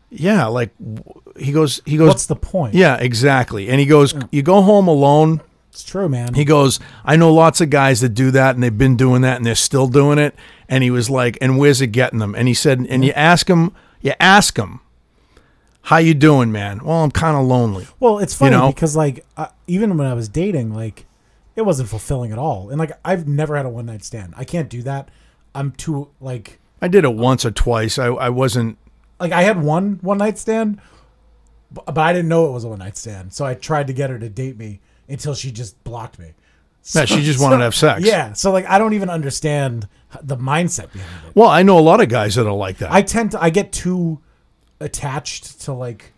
"Yeah, like." w- He goes. He goes. What's the point? Yeah, exactly. And he goes, You go home alone. It's true, man. He goes, I know lots of guys that do that and they've been doing that and they're still doing it. And he was like, And where's it getting them? And he said, And you ask him, you ask him, How you doing, man? Well, I'm kind of lonely. Well, it's funny know? because like I, even when I was dating, like it wasn't fulfilling at all, and like I've never had a one night stand. I can't do that. I'm too like I did it once or twice. I, I wasn't, like I had one one night stand, bu- but I didn't know it was a one night stand, so I tried to get her to date me until she just blocked me. no, she just wanted to have sex. Yeah, so like I don't even understand h- the mindset behind it. Well, I know a lot of guys that are like that. I tend to I get too attached to like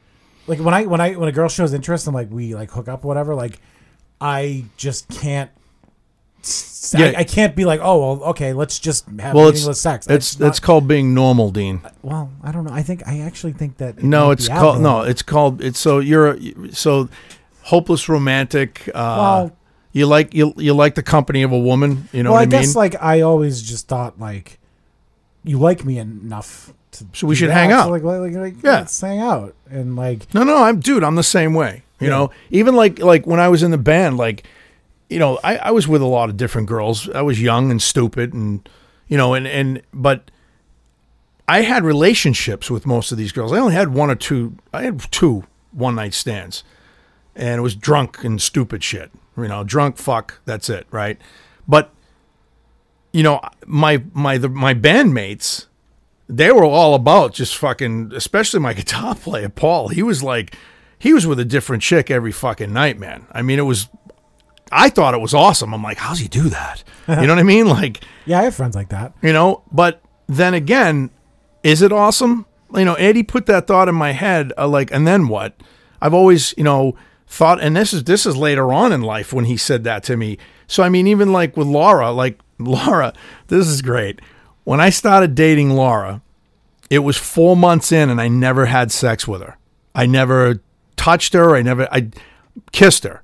like when I when I when a girl shows interest and like we like hook up or whatever, like I just can't. s- I- Yeah. I, can't be like, oh, well, okay, let's just have well, it's, meaningless sex. it's, not- Uh, it's called being normal, Dean. well, I don't know. I think I actually think that it No, might it's be out called there. no, uh, it's called it's so you're a- so hopeless romantic. Uh, Well- you like you you like the company of a woman. You know well, what I, I, mean? guess like I always just thought like you like me enough to So we do should that. hang So, out. like, like, like, Yeah. let's hang out and like no, no, I'm dude. I'm the same way. You know, even like like when I was in the band, like you know, I, I was with a lot of different girls. I was young and stupid, and you know, and and but I had relationships with most of these girls. I only had one or two. I had two one night stands, and it was drunk and stupid shit. You know, drunk fuck. That's it, right? But you know, my my the, my bandmates, they were all about just fucking. Especially my guitar player Paul. He was like, he was with a different chick every fucking night, man. I mean, it was. I thought it was awesome. I'm like, how's he do that? You know what I mean? Like, yeah, I have friends like that. you know, but then again, is it awesome? You know, Eddie put that thought in my head, uh, like, and then what? I've always, you know, thought, and this is this is later on in life when he said that to me. So I mean, even like with Laura, like Laura, this is great. When I started dating Laura, it was four months in, and I never had sex with her. I never touched her. I never, I kissed her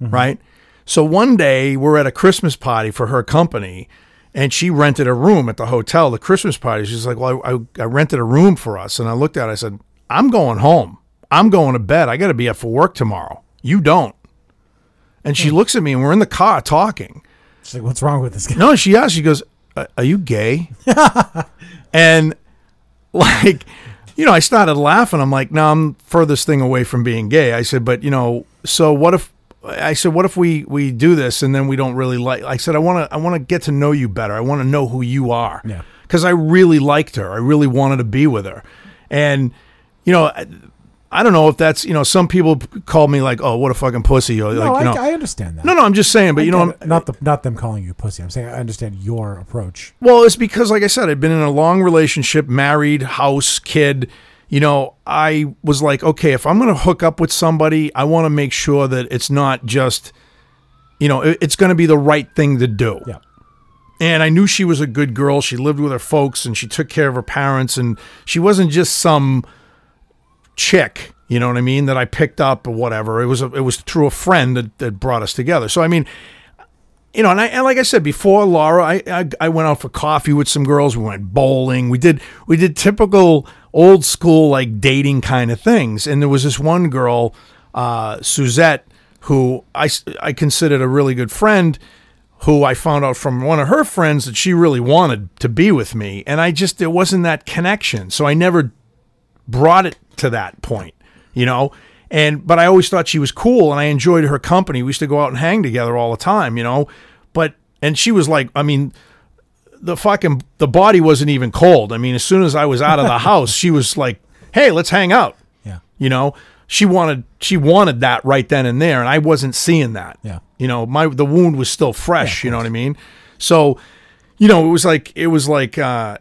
right? So one day we're at a Christmas party for her company, and she rented a room at the hotel. The Christmas party, she's like, "Well, I, I, I rented a room for us," and I looked at, it, I said, "I'm going home. I'm going to bed. I got to be up for work tomorrow. You don't." And she looks at me, and we're in the car talking. She's like, what's wrong with this guy? No, she asked. She goes, "A- "Are you gay?" and like, you know, I started laughing. I'm like, "No, I'm furthest thing away from being gay." I said, "But you know, so what if?" I said, "What if we we do this and then we don't really like?" I said, "I want to I want to get to know you better. I want to know who you are." Yeah. Because I really liked her. I really wanted to be with her, and you know. I, I don't know if that's you know some people call me like oh what a fucking pussy or No, like you I, know I understand that. no no I'm just saying but you know I'm, not the not them calling you a pussy. I'm saying I understand your approach. Well, it's because, like I said, I'd been in a long relationship, married, house, kid. You know, I was like, okay, if I'm going to hook up with somebody, I want to make sure that it's not just, you know, it- it's going to be the right thing to do. Yeah. And I knew she was a good girl. She lived with her folks and she took care of her parents. And she wasn't just some chick, you know what I mean, that I picked up or whatever. It was a, it was through a friend that, that brought us together. So I mean, you know, and, I, and like I said before, Laura, I, I I went out for coffee with some girls. We went bowling. We did we did typical old school like dating kind of things. And there was this one girl, uh, Suzette, who I s- I considered a really good friend. Who I found out from one of her friends that she really wanted to be with me, and I just there wasn't that connection, so I never brought it to that point, you know. And but I always thought she was cool, and I enjoyed her company. We used to go out and hang together all the time, you know. But and she was like, I mean, the fucking the body wasn't even cold. I mean, as soon as I was out of the house, she was like, "Hey, let's hang out." Yeah. You know, she wanted she wanted that right then and there, and I wasn't seeing that. Yeah. You know, my the wound was still fresh. you know what I mean? So, you know, it was like it was like, uh,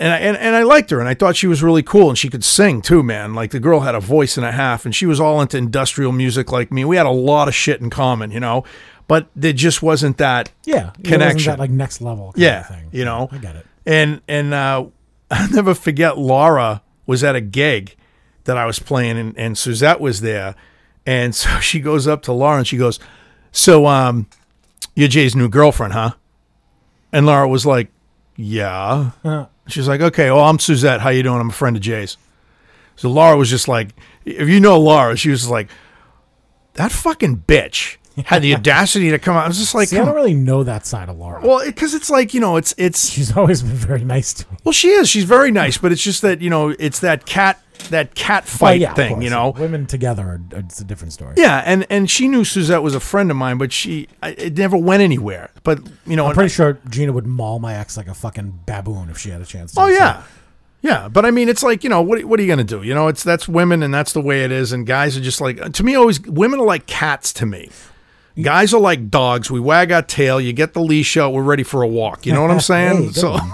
and I and, and I liked her, and I thought she was really cool, and she could sing too, man. Like the girl had a voice and a half, and she was all into industrial music like me. We had a lot of shit in common, you know. But there just wasn't that Yeah. It wasn't connection. that, like next level. Kind yeah, Of thing. you know. I got it. And and uh, I'll never forget Laura was at a gig that I was playing, and, and Suzette was there, and so she goes up to Laura and she goes, "So um, you're Jay's new girlfriend, huh?" And Laura was like, "Yeah." She's like, "Okay, well, I'm Suzette. How you doing? I'm a friend of Jay's." So Laura was just like, if you know Laura, she was just like, that fucking bitch had the audacity to come out. I was just like, See, I come don't on. really know that side of Laura. well, because it's like you know, it's it's She's always been very nice to me. well, she is. She's very nice, but it's just that you know, it's that cat that cat Well, fight yeah, of thing, course. you know. Women together, are, it's a different story. Yeah, and and she knew Suzette was a friend of mine, but she I, it never went anywhere. But you know, I'm pretty sure Gina would maul my ex like a fucking baboon if she had a chance. To oh So, yeah, yeah. But I mean, it's like you know, what what are you gonna do? You know, it's that's women, and that's the way it is. And guys are just like uh, to me, always women are like cats to me. Guys are like dogs. We wag our tail. You get the leash out. We're ready for a walk. You know what I'm Hey, saying? good so one.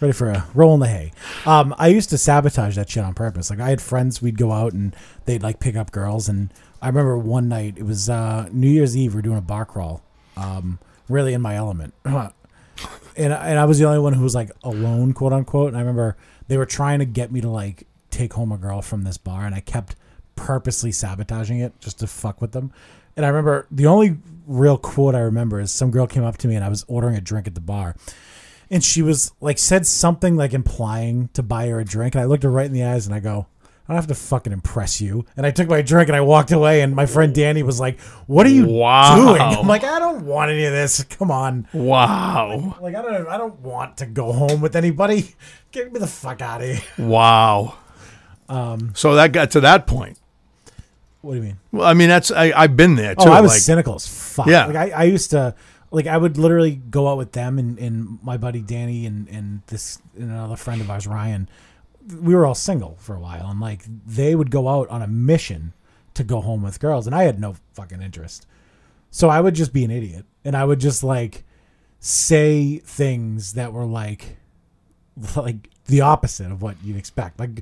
ready for a roll in the hay. Um, I used to sabotage that shit on purpose. Like I had friends, we'd go out and they'd like pick up girls. And I remember one night it was uh, New Year's Eve. We are doing a bar crawl. Um, really in my element. and I- and I was the only one who was like alone, quote unquote. And I remember they were trying to get me to like take home a girl from this bar, and I kept purposely sabotaging it just to fuck with them. And I remember the only real quote I remember is some girl came up to me and I was ordering a drink at the bar. And she was like, said something like implying to buy her a drink. And I looked her right in the eyes and I go, I don't have to fucking impress you. And I took my drink and I walked away. And my friend Danny was like, What are you Wow. doing? I'm like, I don't want any of this. Come on. wow, Like I don't, I don't want to go home with anybody. Get me the fuck out of here. wow. Um, so that got to that point. What do you mean? Well, I mean, that's I, I've been there too. oh, I was like, cynical as fuck. Yeah. Like I, I used to, like I would literally go out with them and, and my buddy Danny and and this and another friend of ours Ryan. We were all single for a while, and like they would go out on a mission to go home with girls, and I had no fucking interest. So I would just be an idiot, and I would just like say things that were like like the opposite of what you'd expect. Like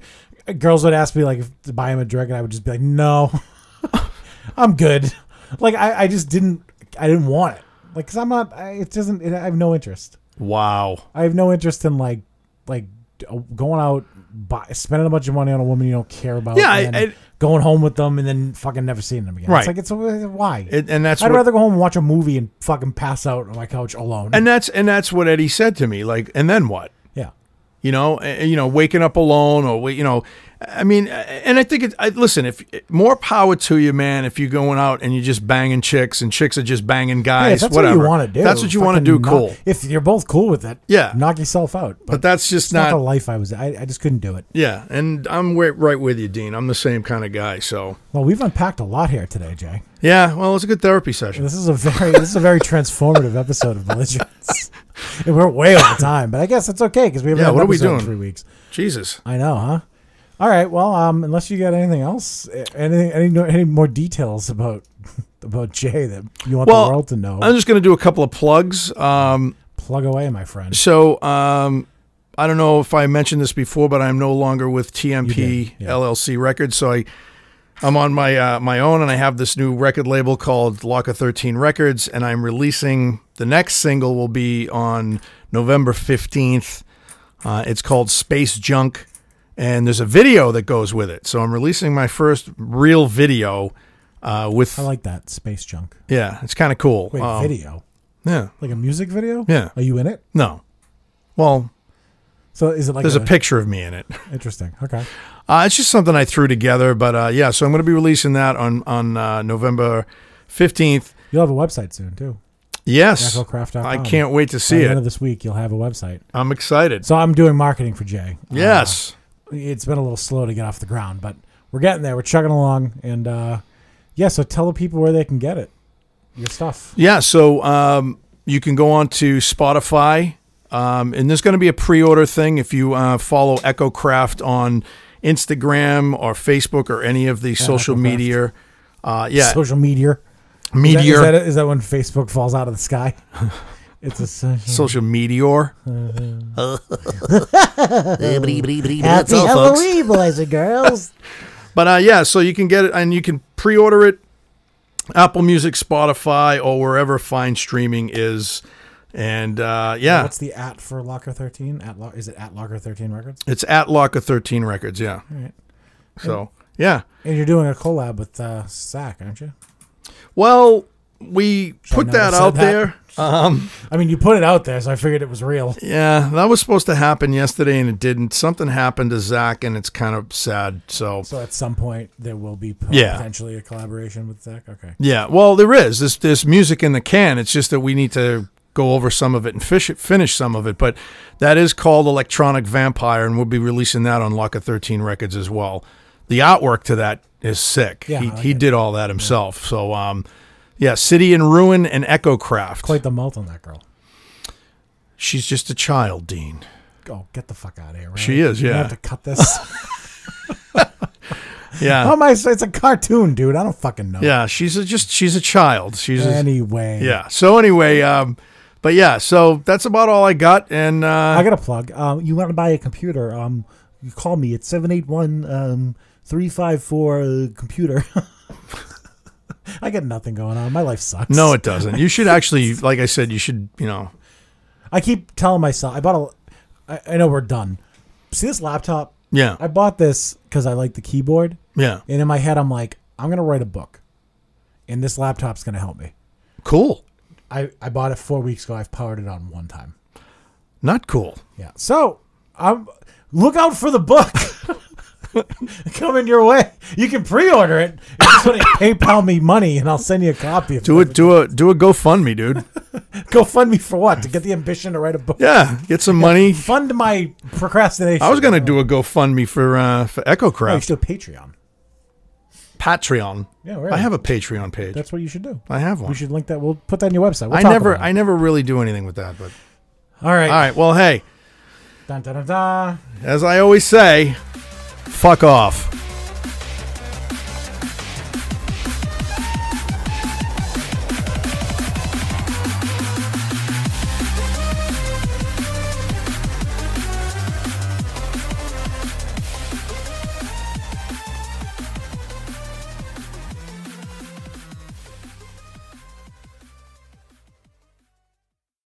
g- girls would ask me like if, to buy him a drink, and I would just be like, "No, I'm good." Like I, I just didn't, I didn't want it. Like, cause I'm not. I, it doesn't. It, I have no interest. wow. I have no interest in like, like d- uh, going out, buy, spending a bunch of money on a woman you don't care about. Yeah, and I- then I- going home with them and then fucking never seeing them again. Right. It's like it's uh, why. It, and that's I'd what, rather go home and watch a movie and fucking pass out on my couch alone. and that's and that's what Eddie said to me. Like, and then what? yeah. You know, eh, you know, waking up alone, or wa- you know, I mean, eh, and I think it. I, listen, if more power to you, man. If you're going out and you're just banging chicks, and chicks are just banging Yeah, guys, if that's whatever. what you want to do. That's what you want to do. fucking knock- Cool. If you're both cool with it, Yeah. knock yourself out. But, But that's just it's not, not. the life I was. I, I just couldn't do it. yeah, and I'm wi- right with you, Dean. I'm the same kind of guy. So Well, we've unpacked a lot here today, Jay. yeah, well, it's a good therapy session. This is a very this is a very transformative episode of Belligerence. and we're way over time, but I guess it's okay because we haven't Yeah, had an what are we episode in doing? three weeks. Jesus. I know, huh? All right. Well, um, unless you got anything else, eh, anything, any any more details about about Jay that you want Well, the world to know, I'm just going to do a couple of plugs. Um, plug away, my friend. So um, I don't know if I mentioned this before, but I'm no longer with You TMP did, yeah. LLC Records. So I I'm on my uh, my own, and I have this new record label called Locker 13 Records, and I'm releasing the next single will be on November 15th. Uh, it's called Space Junk, and there's a video that goes with it. So I'm releasing my first real video uh, with I like that space junk. yeah, it's kind of cool. Wait, Um, video Yeah, like a music video? Yeah. Are you in it? no. Well, So is it like there's a picture of me in it. Interesting. Okay. Uh, it's just something I threw together, but uh, yeah. So I'm going to be releasing that on on uh, November fifteenth. You'll have a website soon too. Yes, Rafflecraft.com. I can't wait to By see the end it. of this week, you'll have a website. I'm excited. So uh, I'm doing marketing for Jay. Uh, Yes, it's been a little slow to get off the ground, but we're getting there. We're chugging along, and uh, yeah. So tell the people where they can get it, your stuff. yeah. So um, you can go on to Spotify, Um, and there's going to be a pre-order thing if you uh, follow Echo Craft on Instagram or Facebook or any of the social Echo Craft. media. Uh, yeah, Social meteor. Is that- meteor, Is that, is that when Facebook falls out of the sky? it's a social. social meteor. That's all, folks. boys and girls. But uh, yeah, so you can get it and you can pre-order it, Apple Music, Spotify, or wherever fine streaming is. And uh, yeah, What's the at for Locker 13? At lo- is it at Locker 13 Records? it's at Locker 13 Records. Yeah. right. So yeah. And you're doing a collab with uh, Sack, aren't you? Well, we put never that said out that. there. Um, I mean, you put it out there, so I figured it was real. yeah, that was supposed to happen yesterday and it didn't. Something happened to Zach and it's kind of sad. So So at some point, there will be po- Yeah. potentially a collaboration with Sack. Okay. yeah, well, there is this this music in the can. It's just that we need to go over some of it and fish it, finish some of it. But that is called Electronic Vampire, and we'll be releasing that on Locker Thirteen Records as well. The artwork to that is sick. Yeah, he, I like he it. did all that himself. So um, yeah, City in Ruin and Echo Craft. Quite the malt on that girl. She's just a child, Dean. Oh, get the fuck out of here. Right? She is, You yeah. have to cut this. Yeah. How am I? It's a cartoon, dude. I don't fucking know. Yeah, she's a, just she's a child. She's a, Anyway. yeah. So anyway, um, but yeah, so that's about all I got. And I uh, got a plug. Um, you want to buy a computer? Um, you call me at 781 um, 354 uh, computer. I got nothing going on. My life sucks. no, it doesn't. You should actually, like I said, you should, you know, I keep telling myself I bought a. I, I know we're done. See this laptop? yeah, I bought this because I like the keyboard, yeah, and in my head I'm like, I'm gonna write a book, and this laptop's gonna help me. cool, I I bought it four weeks ago. I've powered it on one time. not cool. Yeah. So I'm look out for the book coming your way. You can pre-order it. You just want to PayPal me money, and I'll send you a copy. Of Do it, do a do a GoFundMe, dude. Go fund me for what? To get the ambition to write a book. Yeah, get some money. Fund my procrastination. I was gonna do a GoFundMe for uh, for Echo Oh, you should Craft do a Patreon. Patreon. Yeah, really. I have a Patreon page. That's what you should do. I have We one. should link that. We'll put that on your website. We'll I talk never, about I it. never really do anything with that. But All right. all right, well, hey, Dun, dun, dun, dun. as I always say, fuck off.